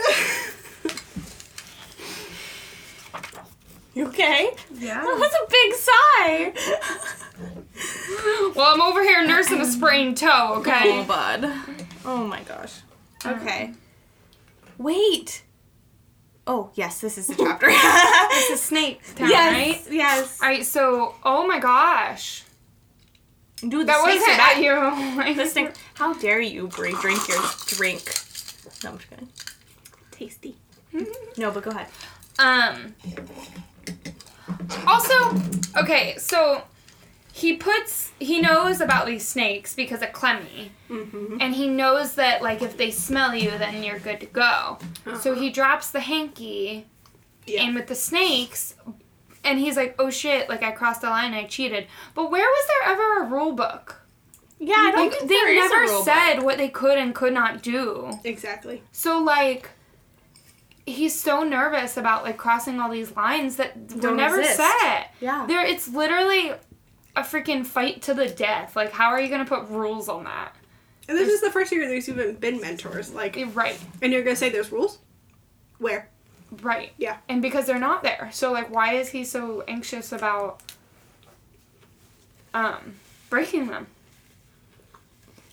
S2: you okay? That
S1: Yeah.
S2: was a big sigh.
S3: Well, I'm over here nursing a sprained toe,
S2: oh,
S3: okay?
S2: bud. Oh my gosh. Okay. Wait. Oh, yes, this is the chapter. this
S3: It's a snake town,
S2: yes,
S3: right?
S2: yes.
S3: Alright, so, oh my gosh.
S2: Dude,
S3: That Oh
S2: snakes
S3: wasn't
S2: are back.
S3: at you.
S2: The snake. How dare you break, drink your drink? No, I'm just kidding.
S1: Tasty.
S2: No, but go ahead.
S3: Um. Also, okay, so he puts he knows about these snakes because of Clemmy,
S1: Mm-hmm.
S3: and he knows that like if they smell you, then you're good to go.
S2: Uh-huh.
S3: So he drops the hanky
S1: Uh-huh. Yeah.
S3: in with the snakes, and he's like, "Oh shit! Like I crossed the line, I cheated." But where was there ever a rule book?
S2: Yeah, I
S3: Like they never said what they could and could not do.
S1: Exactly.
S3: So like he's so nervous about like crossing all these lines that were
S2: Don't
S3: never
S2: exist.
S3: set.
S2: Yeah.
S3: There it's literally a freaking fight to the death. Like how are you gonna put rules on that?
S1: And this is the first year there's even been mentors. Like,
S3: Eh, Right,
S1: and you're gonna say there's rules? Where?
S3: right.
S1: Yeah.
S3: And because they're not there. So like why is he so anxious about um breaking them?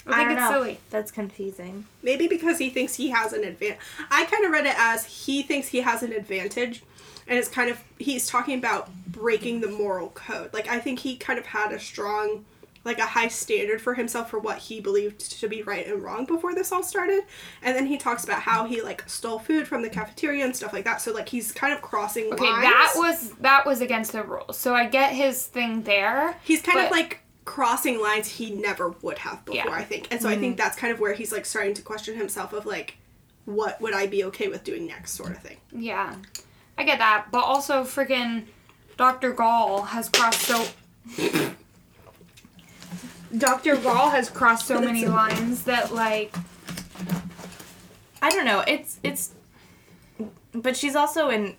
S3: I think
S2: don't
S3: it's
S2: know.
S3: silly.
S2: That's confusing.
S1: Maybe because he thinks he has an advantage. I kind of read it as he thinks he has an advantage, and it's kind of he's talking about breaking the moral code. Like I think he kind of had a strong, like a high standard for himself for what he believed to be right and wrong before this all started, and then he talks about how he like stole food from the cafeteria and stuff like that. So like he's kind of crossing
S3: Okay,
S1: lines.
S3: that was that was against the rules. So I get his thing there.
S1: he's kind of
S3: but-
S1: like crossing lines he never would have before
S3: Yeah.
S1: i think and so i think that's kind of where he's like starting to question himself of like what would i be okay with doing next sort of thing
S3: Yeah, I get that, but also freaking Dr. Gall has crossed so. Dr. Gall has crossed so many lines that like
S2: I don't know. It's it's but she's also in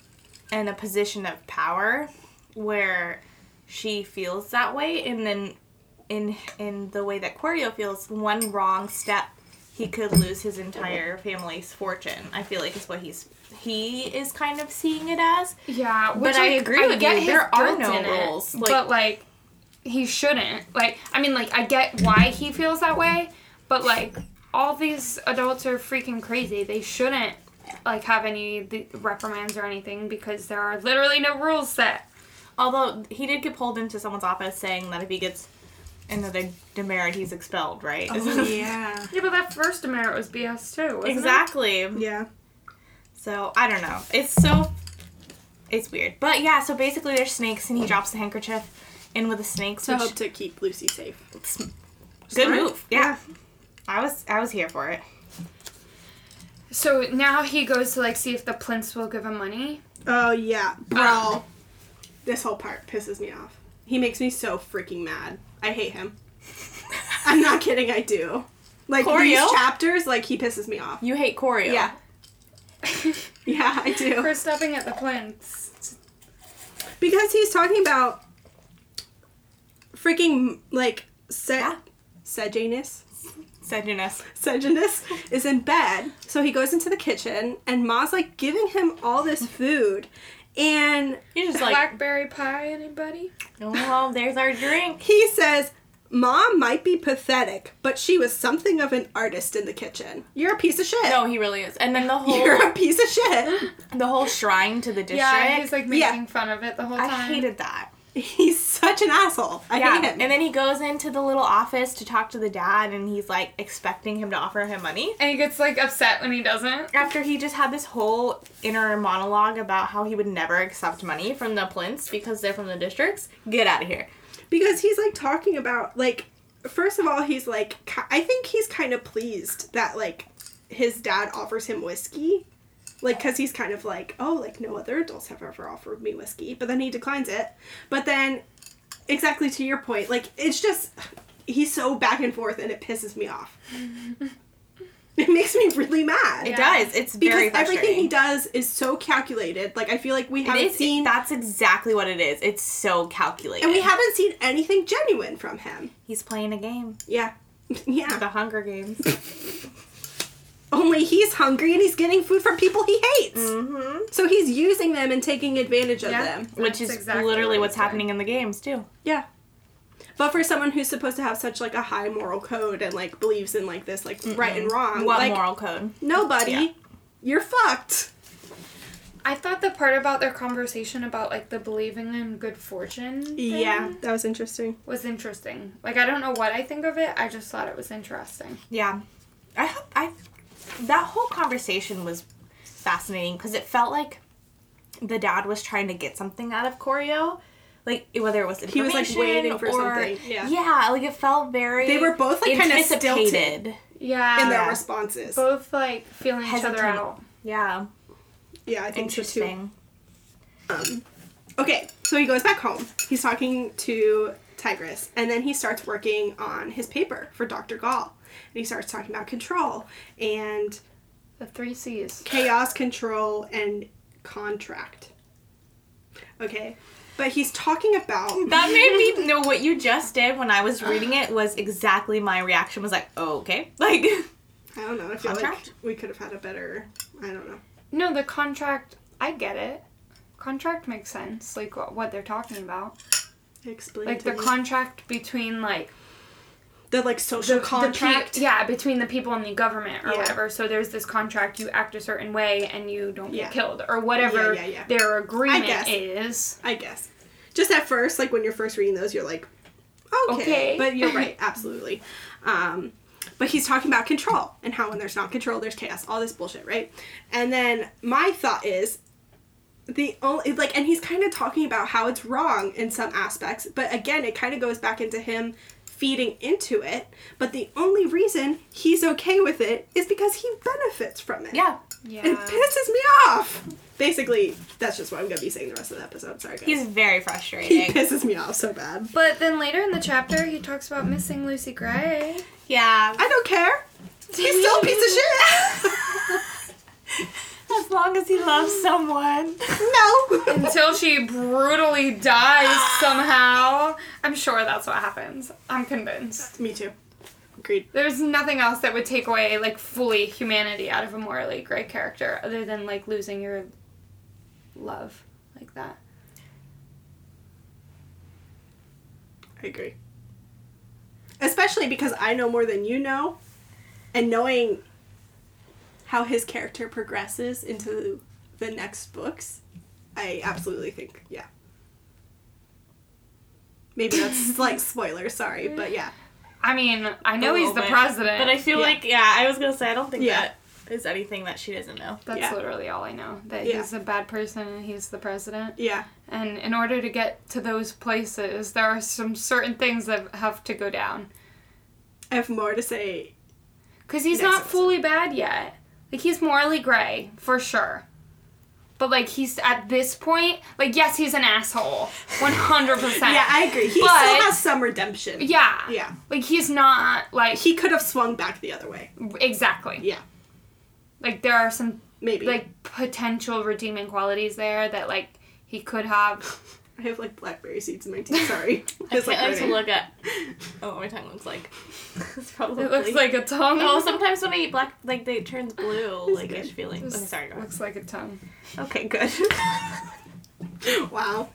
S2: in a position of power where she feels that way and then in in the way that Corio feels, one wrong step he could lose his entire family's fortune. I feel like is what he's he is kind of seeing it as.
S3: yeah, which
S2: But I
S3: like,
S2: agree with
S3: get
S2: you,
S3: his
S2: there are
S3: guilt
S2: no
S3: in it,
S2: rules, like-
S3: but like he shouldn't. Like I mean, like I get why he feels that way, but like all these adults are freaking crazy. They shouldn't like have any th- reprimands or anything because there are literally no rules set.
S2: Although he did get pulled into someone's office saying that if he gets another demerit, he's expelled, right?
S1: yeah
S3: Yeah, but that first merit was BS too. Wasn't it?
S2: exactly.
S1: yeah
S2: So I don't know. It's so it's weird. But yeah, so basically there's snakes and he drops the handkerchief in with the snakes.
S1: to
S2: Which,
S1: hope to keep lucy safe
S2: good
S1: Smart.
S2: move. Yeah. I was I was here for it.
S3: So now he goes to like see if the plinths will give him money.
S1: oh yeah bro
S3: Um.
S1: this whole part pisses me off he makes me so freaking mad i hate him i'm not kidding i do like
S2: Corio?
S1: these chapters like he pisses me off
S2: You hate Choreo.
S1: yeah yeah i do
S3: For stopping at the plinths.
S1: Because he's talking about freaking like se-
S2: Yeah.
S1: Sejanus.
S2: Said Eunice.
S1: Sejanus is in bed, so he goes into the kitchen, and Ma's like giving him all this food, and
S2: You're just like
S3: Blackberry pie, anybody?
S2: Oh, there's our drink.
S1: he says. Ma might be pathetic, but she was something of an artist in the kitchen. You're a piece of shit.
S2: No, he really is. And then the whole
S1: You're a piece of shit.
S2: the whole shrine to the district.
S3: Yeah, he's like making
S1: Yeah.
S3: fun of it the whole time.
S2: I hated that.
S1: He's such an asshole. I
S2: Yeah.
S1: hate him.
S2: And then he goes into the little office to talk to the dad and he's like expecting him to offer him money.
S3: And he gets like upset when he doesn't.
S2: after he just had this whole inner monologue about how he would never accept money from the plinths because they're from the districts. Get out of here.
S1: because he's like talking about like first of all he's like ki- i think he's kind of pleased that like his dad offers him whiskey like because he's kind of like oh like no other adults have ever offered me whiskey but then he declines it but then exactly to your point like it's just he's so back and forth and it pisses me off it makes me really mad
S2: It
S3: Yeah.
S2: does. It's
S1: because
S2: very
S1: everything he
S2: frustrating.
S1: does is so calculated like i feel like we haven't
S2: It is,
S1: seen
S2: that's exactly what it is. It's so calculated.
S1: and we haven't seen anything genuine from him
S2: He's playing a game.
S1: yeah Yeah.
S2: The Hunger Games.
S1: Only he's hungry and he's getting food from people he hates.
S2: mm-hmm.
S1: So he's using them and taking advantage of
S3: Yeah.
S1: them.
S2: Which
S3: That's
S2: is
S3: exactly
S2: literally
S3: what
S2: what's
S3: he's doing.
S2: happening in the games too.
S1: Yeah. But for someone who's supposed to have such like a high moral code and like believes in like this like right and wrong,
S2: What
S1: like
S2: moral code?
S1: nobody,
S2: Yeah.
S1: you're fucked.
S3: I thought the part about their conversation about like the believing in good fortune thing
S1: Yeah, that was interesting.
S3: was interesting. Like I don't know what I think of it. I just thought it was interesting.
S2: Yeah, I hope I. That whole conversation was fascinating because it felt like the dad was trying to get something out of Corio, like whether it was
S1: He was, like,
S2: information
S1: waiting for
S2: or,
S1: something, yeah.
S2: yeah, like it felt very.
S1: They were both like kind of stilted
S2: anticipated.
S3: Yeah.
S1: in their
S2: Yeah.
S1: responses.
S3: both like feeling each other
S2: Hesitant.
S3: out.
S2: Yeah,
S1: Yeah, I think so too.
S2: interesting.
S1: Um, okay, so he goes back home. He's talking to Tigress, and then he starts working on his paper for Dr. Gall. And he starts talking about control and
S3: The three C's.
S1: chaos control and contract. Okay, but he's talking about.
S3: Hmm.
S2: That made me know what you just did when I was reading it was exactly my reaction was like, oh, okay, like
S1: I don't know. I feel
S2: Contract?
S1: like we could have had a better. I don't know.
S3: No, the contract. I get it. Contract makes sense. Like what, what they're talking about.
S1: Explain
S3: Like
S1: to
S3: the
S1: me.
S3: contract between like
S1: the like social
S3: the
S1: contract.
S3: pe- yeah, between the people and the government or
S1: Yeah.
S3: whatever. So there's this contract. You act a certain way and you don't
S1: Yeah.
S3: get killed or whatever
S1: Yeah, yeah, yeah.
S3: their agreement
S1: guess.
S3: is.
S1: I guess. Just at first, like when you're first reading those, you're like, okay.
S3: Okay.
S1: But you're right, absolutely. Um, but he's talking about control and how when there's not control, there's chaos, all this bullshit, right? And then my thought is the only like and he's kind of talking about how it's wrong in some aspects but again it kind of goes back into him feeding into it but the only reason he's okay with it is because he benefits from it
S2: yeah.
S3: Yeah.
S1: and pisses me off basically that's just what i'm gonna be saying the rest of the episode sorry guys
S2: He's very
S1: he
S2: frustrating.
S1: pisses me off so bad.
S3: But then later in the chapter, he talks about missing Lucy Gray.
S2: Yeah.
S1: I don't care. He's still a piece of
S2: As long as he loves someone.
S1: shit. no.
S3: Until she brutally dies somehow. I'm sure that's what happens. I'm convinced.
S1: me too. Agreed.
S3: There's nothing else that would take away, like, fully humanity out of a morally gray character other than, like, losing your love like that.
S1: I agree. Especially because I know more than you know, and knowing how his character progresses into the next books, I absolutely think, yeah. Maybe that's like spoiler, sorry, but yeah.
S3: I mean, I know
S2: A
S3: he's
S2: little
S3: the
S2: bit.
S3: president.
S2: But I feel
S1: Yeah.
S2: like, yeah, I was gonna say, I don't think
S1: Yeah.
S2: that is anything that she doesn't know.
S3: That's
S1: Yeah.
S3: literally all I know. That
S1: Yeah.
S3: he's a bad person and he's the president.
S1: Yeah.
S3: And in order to get to those places, there are some certain things that have to go down.
S1: I have more to say.
S3: Because he's
S1: Next
S3: not
S1: episode.
S3: fully bad yet. Like, he's morally gray, for sure. But, like, he's at this point, like, yes, he's an asshole. 100%.
S1: Yeah, I agree. He
S3: But-
S1: still has some redemption.
S3: Yeah.
S1: Yeah.
S3: Like, he's not, like,
S1: He could have swung back the other way.
S3: exactly.
S1: Yeah.
S3: Like, there are some,
S1: Maybe.
S3: like, potential redeeming qualities there that, like, he could have.
S1: I have like blackberry seeds in my tea. Sorry, It's,
S2: I like to
S1: burning.
S2: look at oh, what my tongue looks like. it's probably.
S3: It looks like a tongue.
S2: Oh, sometimes when I eat black, like they turn blue, like
S1: good.
S2: it's feeling. Okay, sorry, go ahead.
S3: Looks like a tongue.
S2: Okay, good.
S1: wow.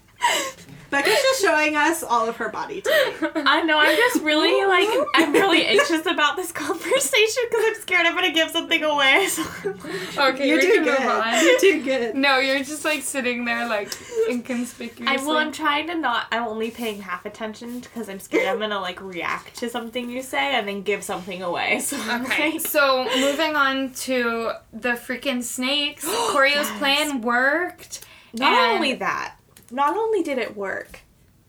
S1: Becca's just showing us all of her body today.
S2: I know. I'm just really like I'm really anxious about this conversation because I'm scared I'm gonna give something away. So I'm like,
S3: Okay,
S1: You're
S3: we
S1: doing
S3: can move on.
S1: good. You're doing good.
S3: No, you're just like sitting there, like inconspicuously.
S2: I well, I'm trying to not. I'm only paying half attention because I'm scared I'm gonna like react to something you say and then give something away. So I'm
S3: Okay,
S2: like-
S3: so moving on to the freaking snakes. Corio's plan worked.
S2: not
S3: and-
S2: only that, not only did it work,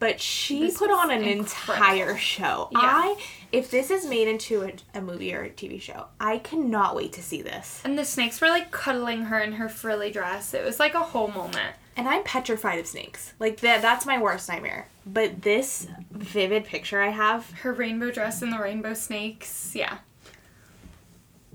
S2: but she
S3: This
S2: put
S3: was
S2: on an
S3: incredible.
S2: entire show.
S3: Yeah.
S2: I, if this is made into a, a movie or a TV show, I cannot wait to see this.
S3: And the snakes were like cuddling her in her frilly dress. It was like a whole moment.
S2: And I'm petrified of snakes. Like that, that's my worst nightmare. But this vivid picture I have,
S3: Her rainbow dress and the rainbow snakes. Yeah.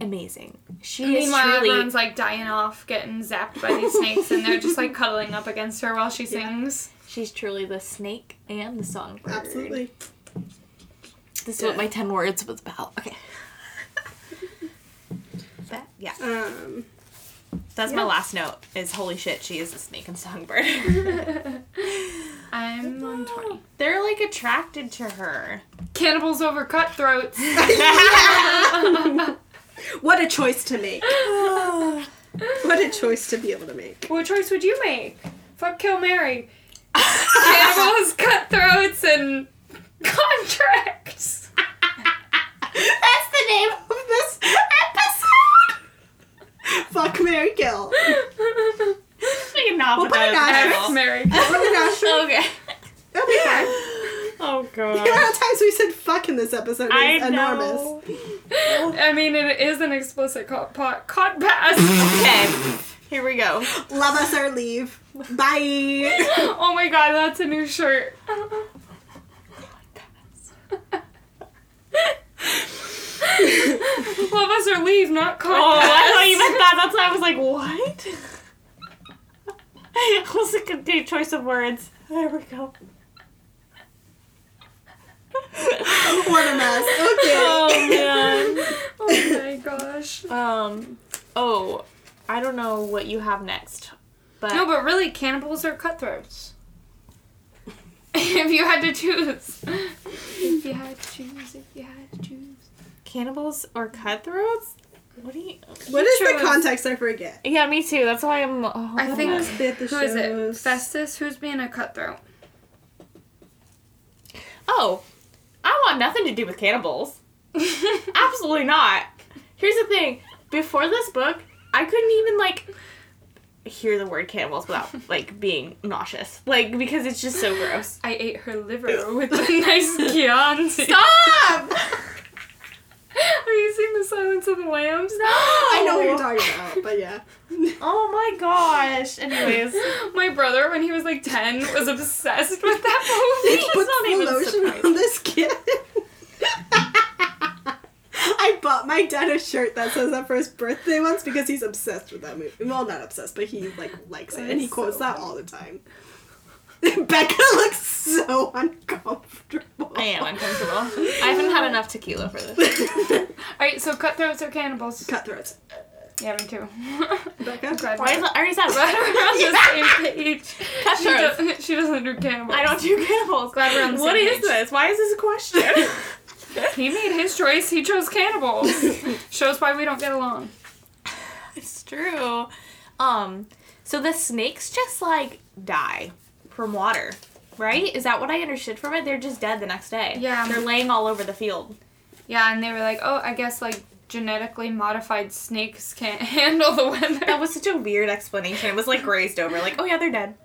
S2: amazing. She
S3: Meanwhile,
S2: is truly.
S3: everyone's like dying off, getting zapped by these snakes, and they're just like cuddling up against her while she sings.
S2: She's truly the snake and the songbird.
S1: Absolutely.
S2: This is what my 10 words was about. Okay. but, yeah.
S1: Um,
S2: That's my
S3: Yeah.
S2: last note is holy shit, she is a snake and songbird.
S3: I'm 120.
S2: They're like attracted to her.
S3: Cannibals over cutthroats.
S1: what a choice to make. What a choice to be able to make.
S3: what choice would you make? Fuck, kill, marry. Cannibals, cutthroats, and contracts.
S2: That's the name of this episode.
S1: Fuck Mary Kill.
S2: We can not
S1: We'll put an
S3: Contracts,
S1: asterisk.
S3: marry.
S1: Put an asterisk.
S2: Okay.
S1: That'll be fine.
S2: Oh
S1: The amount
S2: god.
S1: of times we said fuck in this episode
S2: I
S1: is enormous.
S2: know.
S3: I mean, it is an explicit caught pot caught pass.
S2: Okay. Here we go.
S1: Love us or leave. Bye.
S3: oh my god, that's a new shirt. Love us or leave, not caught
S2: Oh,
S3: pass.
S2: I thought you meant that. That's why I was like, what? it was a good choice of words. There we go.
S1: what a mess. Okay.
S2: Oh man.
S3: Oh my gosh.
S2: Um. Oh, I don't know what you have next, but
S3: No, but really, cannibals are cutthroats. if you had to choose. If you had to choose, if you had to choose.
S2: cannibals or cutthroats? What do you?
S1: What is
S3: Sure.
S1: the context? I forget.
S2: Yeah, me too. That's why I'm. Oh,
S3: I think.
S1: Almost bit the
S3: Who is it?
S1: shows.
S3: Festus? Who's being a cutthroat?
S2: Oh, I want nothing to do with cannibals. Absolutely not. Here's the thing. Before this book, I couldn't even like hear the word cannibals without like being nauseous. Like because it's just so gross.
S3: I ate her liver with a nice Chianti.
S1: Stop!
S3: Have you seen The Silence of the Lambs?
S1: I know what you're talking about, but yeah.
S2: Oh my gosh. Anyways,
S3: My brother, when he was like 10, was obsessed with that
S1: They
S3: movie.
S1: put
S2: not
S1: full
S2: even
S1: lotion
S2: surprising.
S1: on this kid. I bought my dad a shirt that says that for his birthday once because he's obsessed with that movie. Well, not obsessed, but he like likes it, and he
S3: That's
S1: quotes
S3: so
S1: that all the time. Becca looks so uncomfortable.
S2: I am uncomfortable. I haven't had enough tequila for this.
S3: Alright, so cutthroats are cannibals.
S1: Cutthroats.
S3: Yeah, me too.
S1: Becca?
S3: Glad
S2: Why is
S3: we're-
S2: that? I already said
S3: Glad
S2: that.
S3: we're on the same page. She
S2: Cutthroats.
S3: doesn't, she doesn't do cannibals.
S2: I don't do cannibals.
S3: Glad we're on the
S2: What
S3: same
S2: is
S3: page.
S2: this? Why is this a question?
S3: He made his choice. He chose cannibals. Shows why we don't get along.
S2: It's true. Um, so the snakes just like die from water, right? Is that what I understood from it? They're just dead the next day.
S3: Yeah.
S2: They're laying all over the field.
S3: Yeah, and they were like, oh, I guess like genetically modified snakes can't handle the
S2: That
S3: weather.
S2: was such a weird explanation. It was like grazed over, like, oh yeah, they're dead.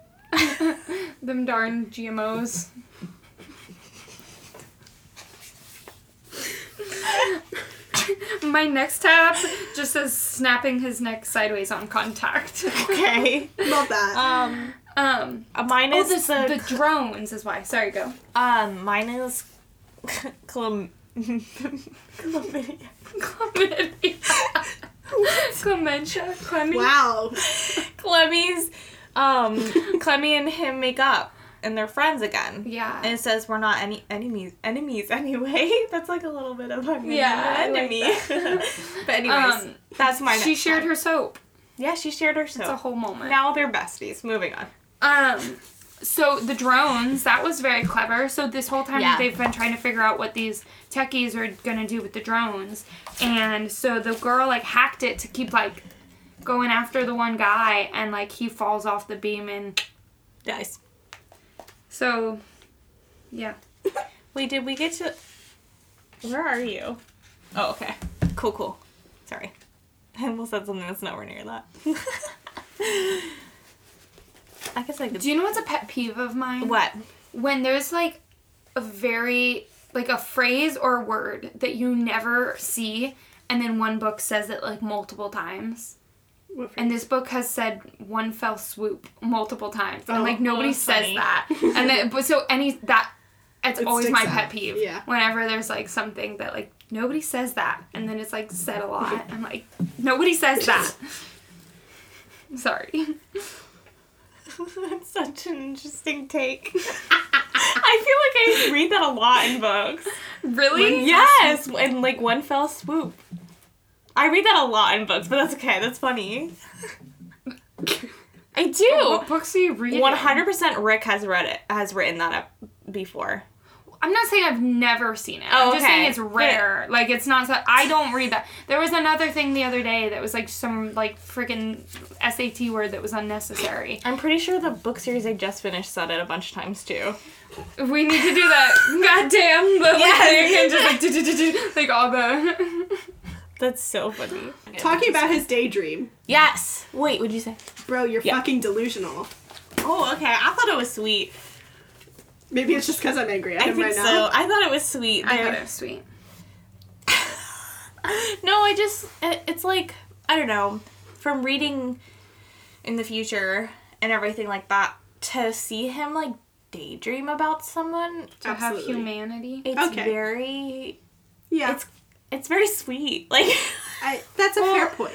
S3: Them darn GMOs. My next tab just says snapping his neck sideways on contact.
S2: Okay.
S1: Love that.
S2: Um,
S3: Um,
S2: uh, mine
S3: oh,
S2: is
S3: this,
S2: the,
S3: the drones is why. Sorry, go.
S2: um, mine is chlam- chlamydia.
S3: Clementia, Clemmy.
S1: wow.
S2: Clemmy's, um, Clemmy and him make up, and they're friends again.
S3: Yeah.
S2: And it says we're not any enemies enemies anyway. That's like a little bit of I'm
S3: Yeah, I
S2: an
S3: like
S2: enemy.
S3: that.
S2: but anyways,
S3: Um,
S2: that's my
S3: she
S2: next
S3: shared
S2: one.
S3: her soap.
S2: Yeah, she shared her
S3: It's a
S2: soap.
S3: whole moment.
S2: Now they're besties. Moving on.
S3: Um, so the drones, that was very clever. So this whole time
S2: Yeah.
S3: they've been trying to figure out what these techies are gonna do with the drones, and so the girl like hacked it to keep like going after the one guy, and like he falls off the beam, and
S2: Guys.
S3: so yeah.
S2: Wait, did we get to Where are you? Oh, okay. Cool, cool. Sorry. I almost said something that's nowhere near that. I guess I could
S3: Do you know what's a pet peeve of mine?
S2: what?
S3: when there's like a very like a phrase or a word that you never see and then one book says it like multiple times
S1: What
S3: and this book has said one fell swoop multiple times and
S1: Oh,
S3: like nobody
S2: that's
S3: says
S2: funny.
S3: that and then but so any that it's
S1: It
S3: always my
S1: sticks
S3: pet
S1: out.
S3: peeve
S1: Yeah.
S3: whenever there's like something that like nobody says that and then it's like said a lot i'm like nobody says that sorry
S2: That's such an interesting take. I feel like I read that a lot in books.
S3: Really?
S2: Yes, and like one fell swoop. I read that a lot in books, but that's okay. That's funny. I do.
S3: What books are you reading?
S2: One hundred percent. Rick has read it. Has written that up before.
S3: I'm not saying I've never seen it.
S2: Oh,
S3: I'm just
S2: okay.
S3: saying it's rare. Like it's not. So, I don't read that. There was another thing the other day that was like some like freaking SAT word that was unnecessary.
S2: I'm pretty sure the book series I just finished said it a bunch of times too.
S3: We need to do that. Goddamn the
S2: Yes.
S3: thing and just like like all the.
S2: That's so funny.
S1: Talking about his daydream.
S2: Yes. Wait, what'd you say?
S1: Bro, you're
S2: Yeah.
S1: fucking delusional.
S2: Oh, okay. I thought it was sweet.
S1: Maybe it's just because I'm angry at
S2: I
S1: him
S2: think
S1: right
S2: so.
S1: now.
S2: I thought it was sweet.
S3: I thought it was sweet.
S2: no, I just it- it's like I don't know from reading in the future and everything like that to see him like daydream about someone.
S3: To have
S1: Absolutely.
S3: humanity.
S2: It's
S1: Okay.
S2: very
S1: Yeah,
S2: It's- it's very sweet. Like
S1: I, that's a
S2: Well,
S1: fair point.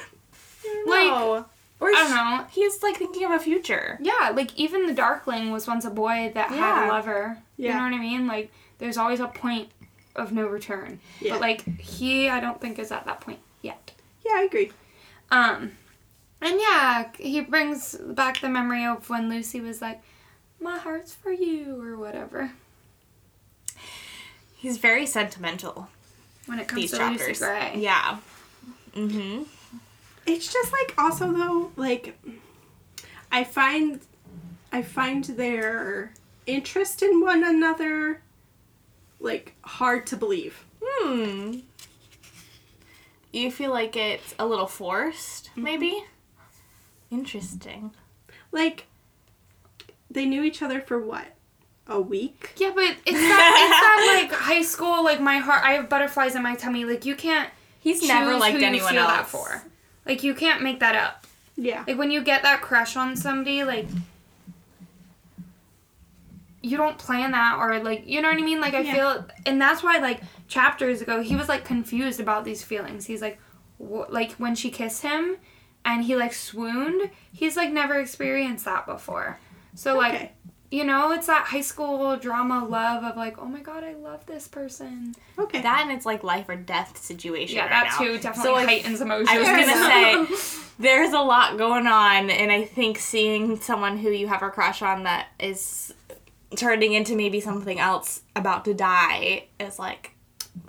S3: Like,
S2: no. or
S3: I don't know.
S2: He's like thinking of a future.
S3: Yeah, like even the Darkling was once a boy that had
S2: Yeah.
S3: a lover.
S1: Yeah.
S3: You know what I mean? Like there's always a point of no return.
S1: Yeah.
S3: But like he I don't think is at that point yet.
S1: Yeah, I agree.
S3: Um and yeah, he brings back the memory of when Lucy was like, My heart's for you or whatever.
S2: He's very sentimental.
S3: When it comes
S2: These
S3: to
S2: chapters.
S3: Lucy Gray.
S2: Yeah. Mm-hmm.
S1: It's just like also though like I find I find their interest in one another like hard to believe.
S2: Hmm. You feel like it's a little forced,
S3: Mm-hmm.
S2: maybe? Interesting.
S1: Like they knew each other for what? A week?
S3: Yeah, but it's that it's that like high school, like my heart I have butterflies in my tummy, like you can't
S2: He's
S3: choose
S2: never liked
S3: who you
S2: anyone
S3: feel
S2: else.
S3: that for. Like you can't make that up.
S1: Yeah.
S3: Like when you get that crush on somebody, like you don't plan that or like you know what I mean? Like I
S1: Yeah.
S3: feel and that's why like chapters ago he was like confused about these feelings. He's like wh- like when she kissed him and he like swooned, he's like never experienced that before. So like
S1: Okay.
S3: you know, it's that high school drama love of like, oh my god, I love this person.
S1: Okay.
S2: That and it's like life or death situation.
S3: Yeah,
S2: right
S3: that
S2: now.
S3: too definitely
S2: So I-
S3: heightens emotions.
S2: I was
S1: Yeah.
S2: gonna say there's a lot going on, and I think seeing someone who you have a crush on that is turning into maybe something else about to die is like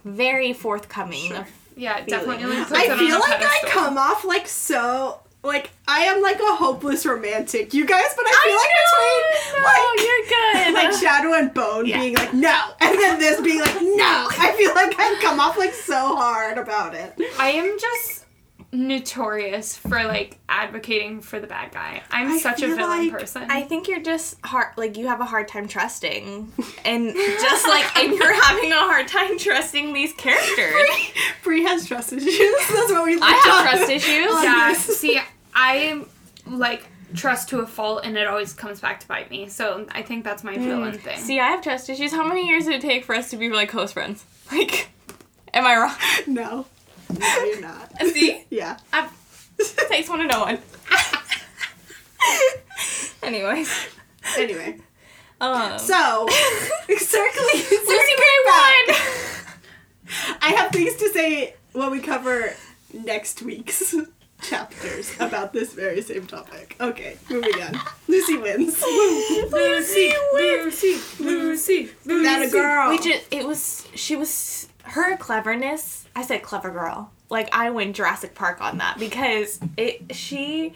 S2: very forthcoming.
S3: yeah, it definitely.
S2: Feeling.
S3: puts
S1: I
S3: it on
S1: feel
S3: a
S1: like I
S3: pedestal.
S1: come off like so like I am like a hopeless romantic, you guys, but I feel like between like
S2: oh, you're good.
S1: like Shadow and Bone
S2: Yeah.
S1: being like no, and then this being like no. I feel like I come off like so hard about it.
S3: I am just notorious for like advocating for the bad guy. I'm
S1: I
S3: such a
S1: feel
S3: villain
S1: like
S3: person.
S2: I think you're just hard, like you have a hard time trusting, and just like and you're having a hard time trusting these characters.
S1: Bree has trust issues. That's what we.
S2: I have trust issues.
S3: yeah,
S1: this.
S3: see, I like trust to a fault, and it always comes back to bite me. So I think that's my villain thing.
S2: See, I have trust issues. How many years did it take for us to be like close friends? Like, am I wrong?
S1: No, no, you're not.
S2: See,
S1: Yeah.
S2: i takes one to know one. Anyways,
S1: Anyway,
S2: um,
S1: so circling.
S2: Lucy
S1: circling
S2: Gray
S1: back,
S2: won.
S1: I have things to say when we cover next week's chapters about this very same topic. Okay, moving on. Lucy wins.
S3: Lucy, Lucy, Lucy, Lucy.
S1: Not a girl.
S2: We just it was she was her cleverness. I said clever girl. Like I went Jurassic Park on that because it she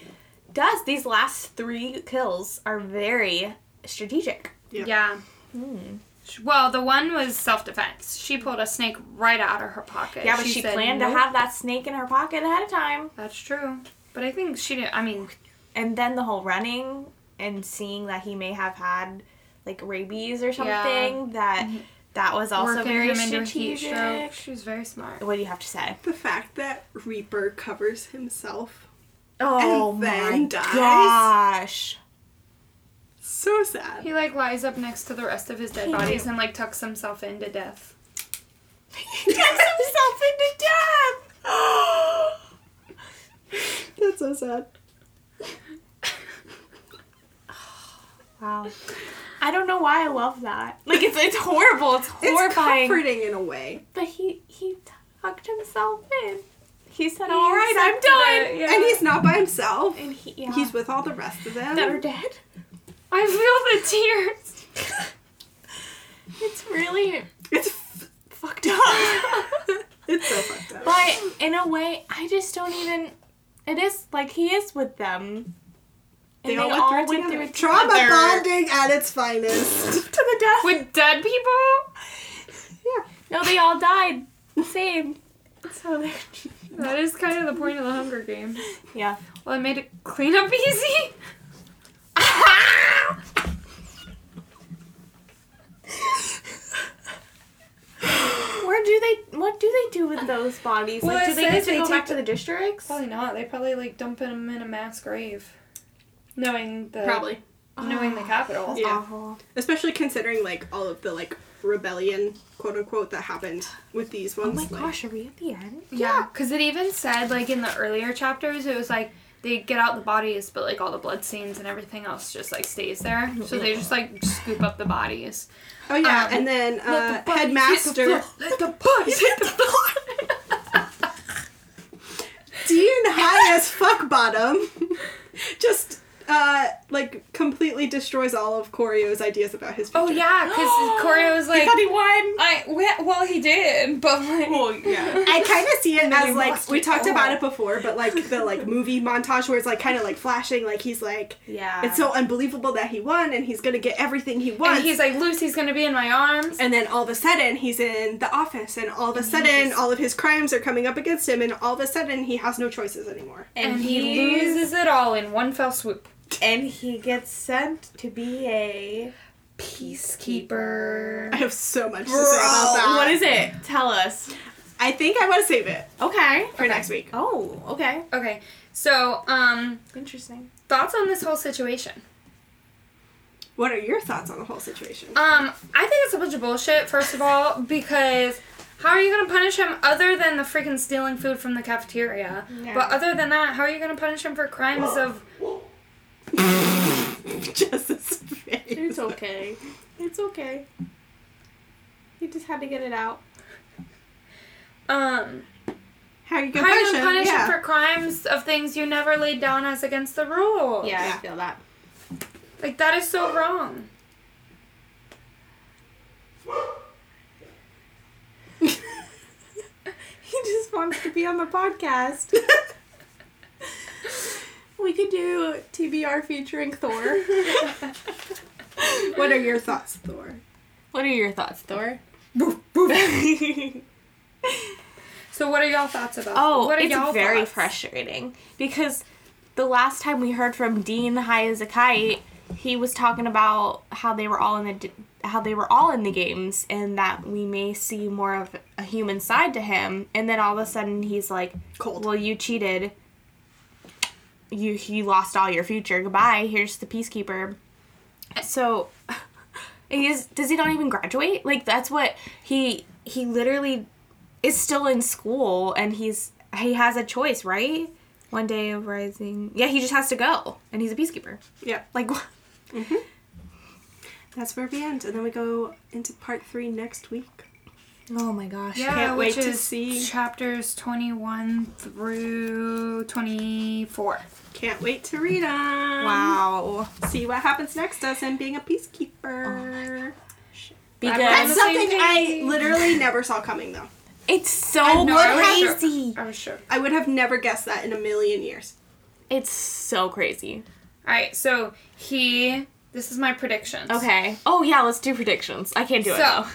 S2: does these last three kills are very strategic.
S3: Yeah.
S2: Hmm.
S3: Sh- Well, the one was self defense. She pulled a snake right out of her pocket.
S2: Yeah, but she,
S3: said,
S2: planned
S3: "Nope."
S2: to have that snake in her pocket ahead of time,
S3: That's true. But I think she did. I mean,
S2: and then the whole running and seeing that he may have had like rabies or something that that was also
S3: working
S2: very
S3: him into a heat stroke.
S2: strategic.
S3: She was very smart.
S2: What do you have to say?
S1: The fact that Reaper covers himself.
S2: Oh
S1: then
S2: my
S1: dies.
S2: gosh.
S1: So sad.
S3: He like lies up next to the rest of his dead
S2: He
S3: bodies
S2: do.
S3: and like tucks himself into death.
S2: He cuts himself into death.
S1: That's so sad.
S2: wow. I don't know why I love that. Like it's it's horrible. It's
S1: It's
S2: horrifying.
S1: comforting in a way.
S2: but he he tucked himself in. He said,
S3: He
S2: "All right, I'm
S3: accepted
S2: done."
S3: it, yeah.
S1: And he's not by himself.
S2: And he, yeah.
S1: He's with all the rest of them.
S2: that are dead.
S3: I feel the tears.
S2: It's really
S1: It's f-
S2: fucked up.
S1: it's so fucked up.
S2: but in a way, I just don't even. It is like he is with them. And they, all went, through, it
S1: together.
S2: together.
S1: Trauma bonding at its finest.
S2: to the death.
S3: With dead people?
S2: no, they all died. Same. So they're
S3: That is kind of the point of the Hunger Games.
S2: yeah.
S3: Well, it made it clean up easy.
S2: Where do they? What do they do with those bodies?
S3: Well,
S2: like, do
S3: it
S2: they get
S3: says
S2: to
S3: they
S2: go
S3: take
S2: back to
S3: the-
S2: the districts?
S3: Probably not. They probably like dump him in a mass grave, knowing the
S4: Probably.
S3: knowing the capital.
S1: Yeah.
S2: Awful.
S1: Especially considering like all of the like rebellion, quote unquote, that happened with these
S2: Oh
S1: ones.
S2: my
S1: like-
S2: gosh, are we at the end?
S3: Yeah, because it even said like in the earlier chapters, it was like they get out the bodies, but like all the blood stains and everything else just like stays there. So they just like scoop up the bodies.
S1: Oh yeah,
S3: Um,
S1: and then uh,
S3: Let the bodies hit the
S1: headmaster
S3: floor. Let the bodies hit the floor.
S1: Dean high as fuck bottom just uh like completely destroys all of Corio's ideas about his future.
S3: oh yeah, because Corey was like,
S2: he won.
S3: I we- well he did, but like
S1: Oh, yeah. I kind of see it
S3: then
S1: as
S3: you
S1: like
S3: lost
S1: we
S3: it
S1: talked
S3: all.
S1: about it Oh. before, but like the like movie montage where it's like kind of like flashing, like he's like
S2: Yeah.
S1: it's so unbelievable that he won and he's gonna get everything he wants.
S3: and he's like Lucy's gonna be in my arms.
S1: and then all of a sudden he's in the office and all of a sudden all of his crimes are coming up against him and all of a sudden he has no choices anymore
S3: and, he loses it all in one fell swoop.
S2: and he gets sent to be a
S3: Peacekeeper.
S1: i have so much to say about that
S2: What is it? Tell us.
S1: i think i want to save it
S2: Okay.
S1: for next week
S2: Oh, okay.
S3: Okay, so um,
S2: Interesting.
S3: thoughts on this whole situation?
S1: what are your thoughts on the whole situation
S3: Um, I think it's a bunch of bullshit. First of all, because how are you gonna punish him other than the freaking stealing food from the cafeteria?
S2: Yeah.
S3: But other than that, how are you gonna punish him for crimes of?
S1: just this face.
S2: It's okay. It's okay. He just had to get it out.
S3: Um,
S1: how are you gonna
S3: how are you
S1: punish
S3: gonna
S1: him,
S3: punish
S1: yeah.
S3: him for crimes of things you never laid down as against the rules?
S2: Yeah,
S1: Oh, Yeah.
S2: I feel that.
S3: Like that is so wrong.
S2: He just wants to be on the podcast. we could do TBR featuring Thor.
S1: what are your thoughts thor
S4: What are your thoughts, Thor?
S3: So what are y'all thoughts about?
S2: Oh,
S3: what are
S2: it's
S3: y'all
S2: very
S3: thoughts?
S2: frustrating because the last time we heard from Dean High as a Kite, he was talking about how they were all in the d- how they were all in the games and that we may see more of a human side to him. And then all of a sudden he's like,
S1: Cold.
S2: Well, you cheated. You you lost all your future. Goodbye. Here's the peacekeeper." So and he is, does he not even graduate? Like that's what he he literally is still in school and he's he has a choice, right? One day of rising. Yeah, he just has to go, and he's a peacekeeper.
S1: yeah
S2: Like, what?
S1: that's where we end and then we go into part three next week
S2: oh my gosh.
S3: Yeah,
S1: Can't wait
S3: which
S1: to
S3: is
S1: see.
S3: chapters twenty-one through twenty-four.
S1: can't wait to read them
S2: Wow.
S1: see what happens next to us and being a peacekeeper
S3: I'm
S2: Because
S1: that's
S3: on the same
S1: something i
S3: page.
S1: literally never saw coming though
S2: it's so
S3: I know, I was
S2: Oh,
S3: shook.
S2: crazy.
S3: I was shook.
S1: i would have never guessed that in a million years
S2: It's so crazy.
S3: All right, so he. This is my predictions.
S2: Okay. Oh yeah, let's do predictions. I can't do it.
S3: So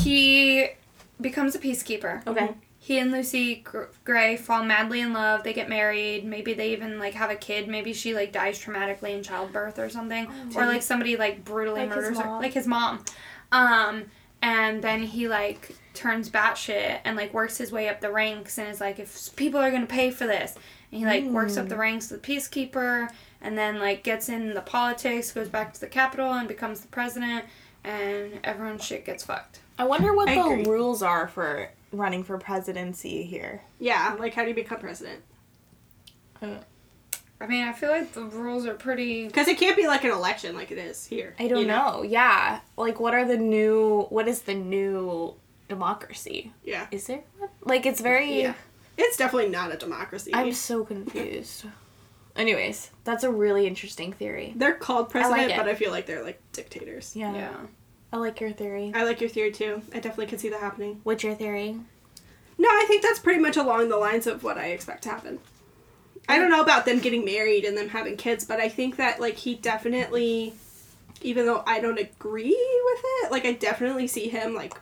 S3: he becomes a peacekeeper.
S2: though. okay.
S3: He and Lucy Gr- Gray fall madly in love. They get married. Maybe they even like have a kid. Maybe she like dies traumatically in childbirth or something, or like somebody like
S2: Oh,
S3: brutally
S2: Like his
S3: murders her,
S2: mom.
S3: like his mom. Um, and then he like turns batshit and like works his way up the ranks and is like, if people are gonna pay for this, and he like works up the
S2: Hmm.
S3: ranks of the peacekeeper, and then like gets in the politics, goes back to the capital, and becomes the president, and everyone's shit gets fucked.
S2: I wonder what
S1: I
S2: the
S1: agree.
S2: rules are for running for presidency here.
S1: yeah like how do you become president
S3: I mean, I feel like the rules are pretty.
S1: Because it can't be like an election like it is here.
S2: I don't
S1: you
S2: know? Yeah. Like, what are the new? What is the new democracy?
S1: Yeah.
S2: Is there? one? Like, it's very.
S3: Yeah.
S1: It's definitely not a democracy.
S2: I'm so confused. Anyways, that's a really interesting theory.
S1: They're called president,
S2: it.
S1: but I feel like they're like dictators.
S2: Yeah. I like your theory.
S1: I like your theory too. I definitely could see that happening.
S2: What's your theory?
S1: No, I think that's pretty much along the lines of what I expect to happen. I don't know about them getting married and them having kids, but I think that like he definitely even though I don't agree with it, like I definitely see him like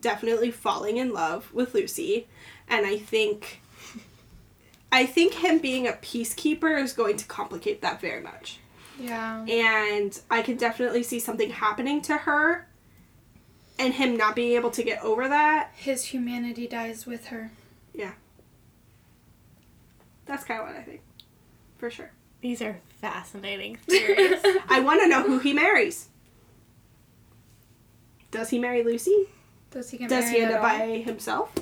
S1: definitely falling in love with Lucy and I think I think him being a peacekeeper is going to complicate that very much.
S3: Yeah.
S1: and I can definitely see something happening to her and him not being able to get over that.
S3: His humanity dies with her.
S1: That's kind of what I think. For sure.
S4: These are fascinating theories.
S3: I
S1: I want to know who he marries. Does he marry Lucy?
S3: Does he get
S1: Does he
S3: married
S1: end
S3: at
S1: up
S3: all?
S1: by himself?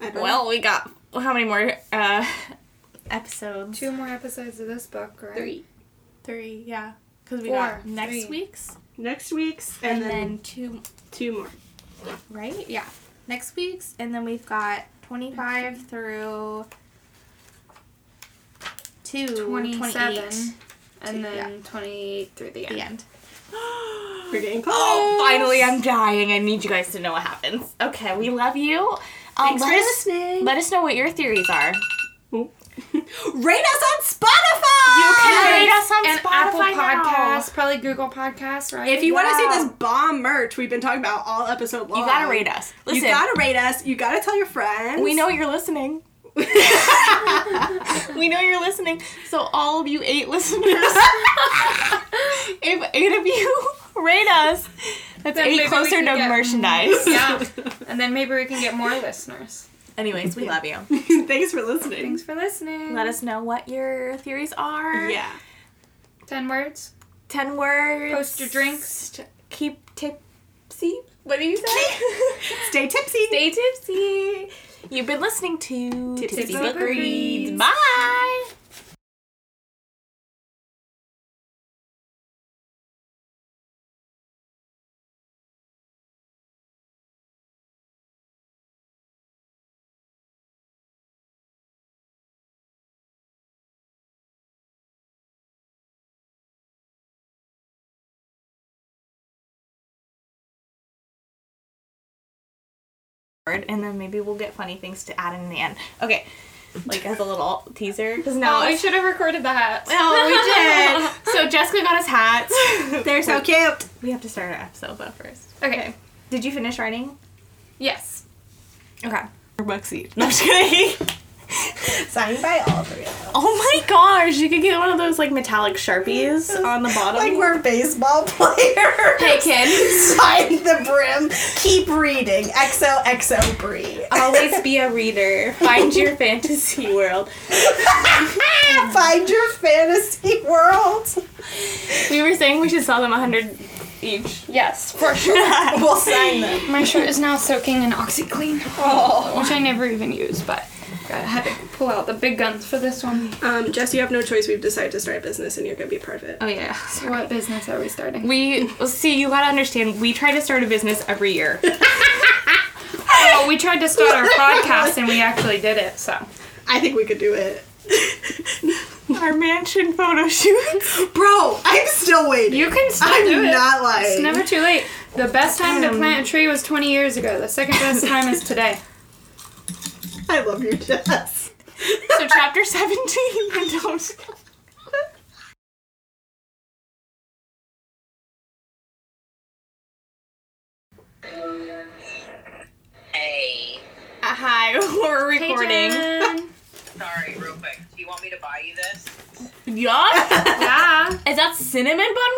S1: I don't know.
S2: Well, we got how many more uh episodes?
S3: Two more episodes of this book, right?
S1: Three.
S4: Three, yeah. Because we
S3: Four,
S4: got next
S3: three.
S4: week's
S1: Next week's, and,
S4: and,
S1: then,
S4: then two,
S1: two more.
S4: right?
S3: Yeah.
S4: Next week's, and then we've got 25 through two,
S3: 27.
S4: 28
S3: And then 28 through the
S4: at
S3: end.
S4: the end.
S1: We're getting close.
S2: Oh, finally, I'm dying. I need you guys to know what happens. Okay, we love you. Um,
S1: Thanks
S2: let
S1: for
S2: us-
S1: listening.
S2: Let us know what your theories are.
S1: Rate us on Spotify!
S2: You can
S3: Yes.
S2: rate us on
S3: and Apple
S2: Spotify now.
S3: Podcasts, probably Google Podcasts, right?
S1: If you want to
S2: Yeah.
S1: see this bomb merch we've been talking about all episode long,
S2: You gotta rate us. Listen,
S1: you gotta rate us. You gotta tell your friends.
S2: we know you're listening. We know you're listening. So all of you eight listeners, if eight of you rate us, that's
S3: Then maybe
S2: eight
S3: we
S2: closer
S3: can
S2: to
S3: get-
S2: merchandise.
S3: yeah. And then maybe we can get more listeners.
S2: Anyways, we love you.
S1: Thanks for listening.
S3: Thanks for listening.
S2: Let us know what your theories are.
S1: Yeah.
S3: 10 words.
S2: Ten words.
S3: Post your drinks.
S2: Keep tipsy. What do you say?
S1: Stay tipsy.
S2: Stay tipsy. You've been listening to
S1: Tipsy
S3: Book Reads.
S2: Bye. word, and then maybe we'll get funny things to add in the end. Okay, like as a little teaser. Because now
S3: oh, we should have recorded that.
S2: No, Oh, we did. so Jessica got us hats.
S1: They're so cute.
S2: we have to start our episode though first.
S3: Okay.
S2: Did you finish writing?
S3: Yes.
S2: Okay. Bucks each. No, I'm just kidding.
S1: Signed by all three of us.
S2: Oh my gosh, you could get one of those like metallic sharpies on the bottom.
S1: Like we're baseball players.
S3: Hey, kid.
S1: Sign the brim. Keep reading. XOXO Bree.
S2: Always be a reader. Find your fantasy world.
S1: Find your fantasy world.
S2: We were saying we should sell them a hundred each.
S3: Yes, for sure.
S1: We'll sign them.
S3: My shirt is now soaking in OxyClean, which I never even use, but I had to pull out the big guns for this one.
S1: Um, Jess, you have no choice. We've decided to start a business, and you're gonna be a part of it.
S2: Oh yeah.
S3: What business are we starting?
S2: We see. You gotta understand. We try to start a business every year.
S3: oh, we tried to start our podcast and we actually did it, so.
S1: I think we could do it.
S2: Our mansion photo shoots.
S1: Bro, I'm still waiting.
S3: You can still
S1: I'm
S3: do it.
S1: not Um, lying.
S3: It's never too late. The best time to plant a tree was 20 years ago. The second best time is today.
S1: I love your Jess.
S2: So chapter seventeen. And don't.
S5: Hey.
S2: Hi, we're recording.
S5: Sorry, real quick. Do you want me to buy you this?
S2: yeah.
S3: yeah.
S2: Is that cinnamon bun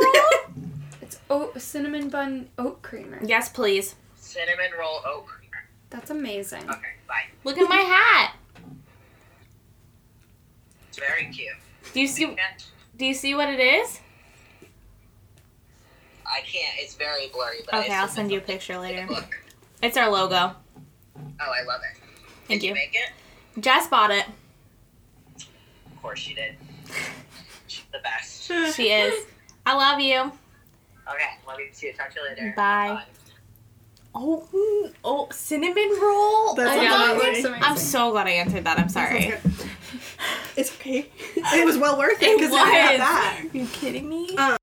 S2: roll?
S3: It's oat, cinnamon bun oat creamer.
S2: yes, please.
S5: Cinnamon roll oat creamer.
S3: That's amazing.
S5: Okay, bye.
S2: Look at my hat.
S5: It's very cute.
S2: Do you see?
S5: Can't-
S2: Do you see what it is?
S5: I can't. It's very blurry, but
S2: Okay,
S5: I
S2: I'll send you a picture later.
S5: Look.
S2: It's our logo.
S5: Oh, I love it.
S2: Thank
S5: Did you
S2: you.
S5: make it?
S2: Jess bought it.
S5: course she did. She's the best.
S2: She is. I love you.
S5: Okay, love you too. Talk to you later.
S2: Bye. Oh, mm, oh, cinnamon roll.
S1: That's
S2: I
S3: Yeah,
S2: love
S3: that
S1: amazing.
S3: looks amazing.
S2: I'm so glad I answered that. I'm sorry.
S1: It's okay. It was well worth it because
S2: It
S1: I got
S2: was.
S1: that.
S2: Are you kidding me?
S1: Um,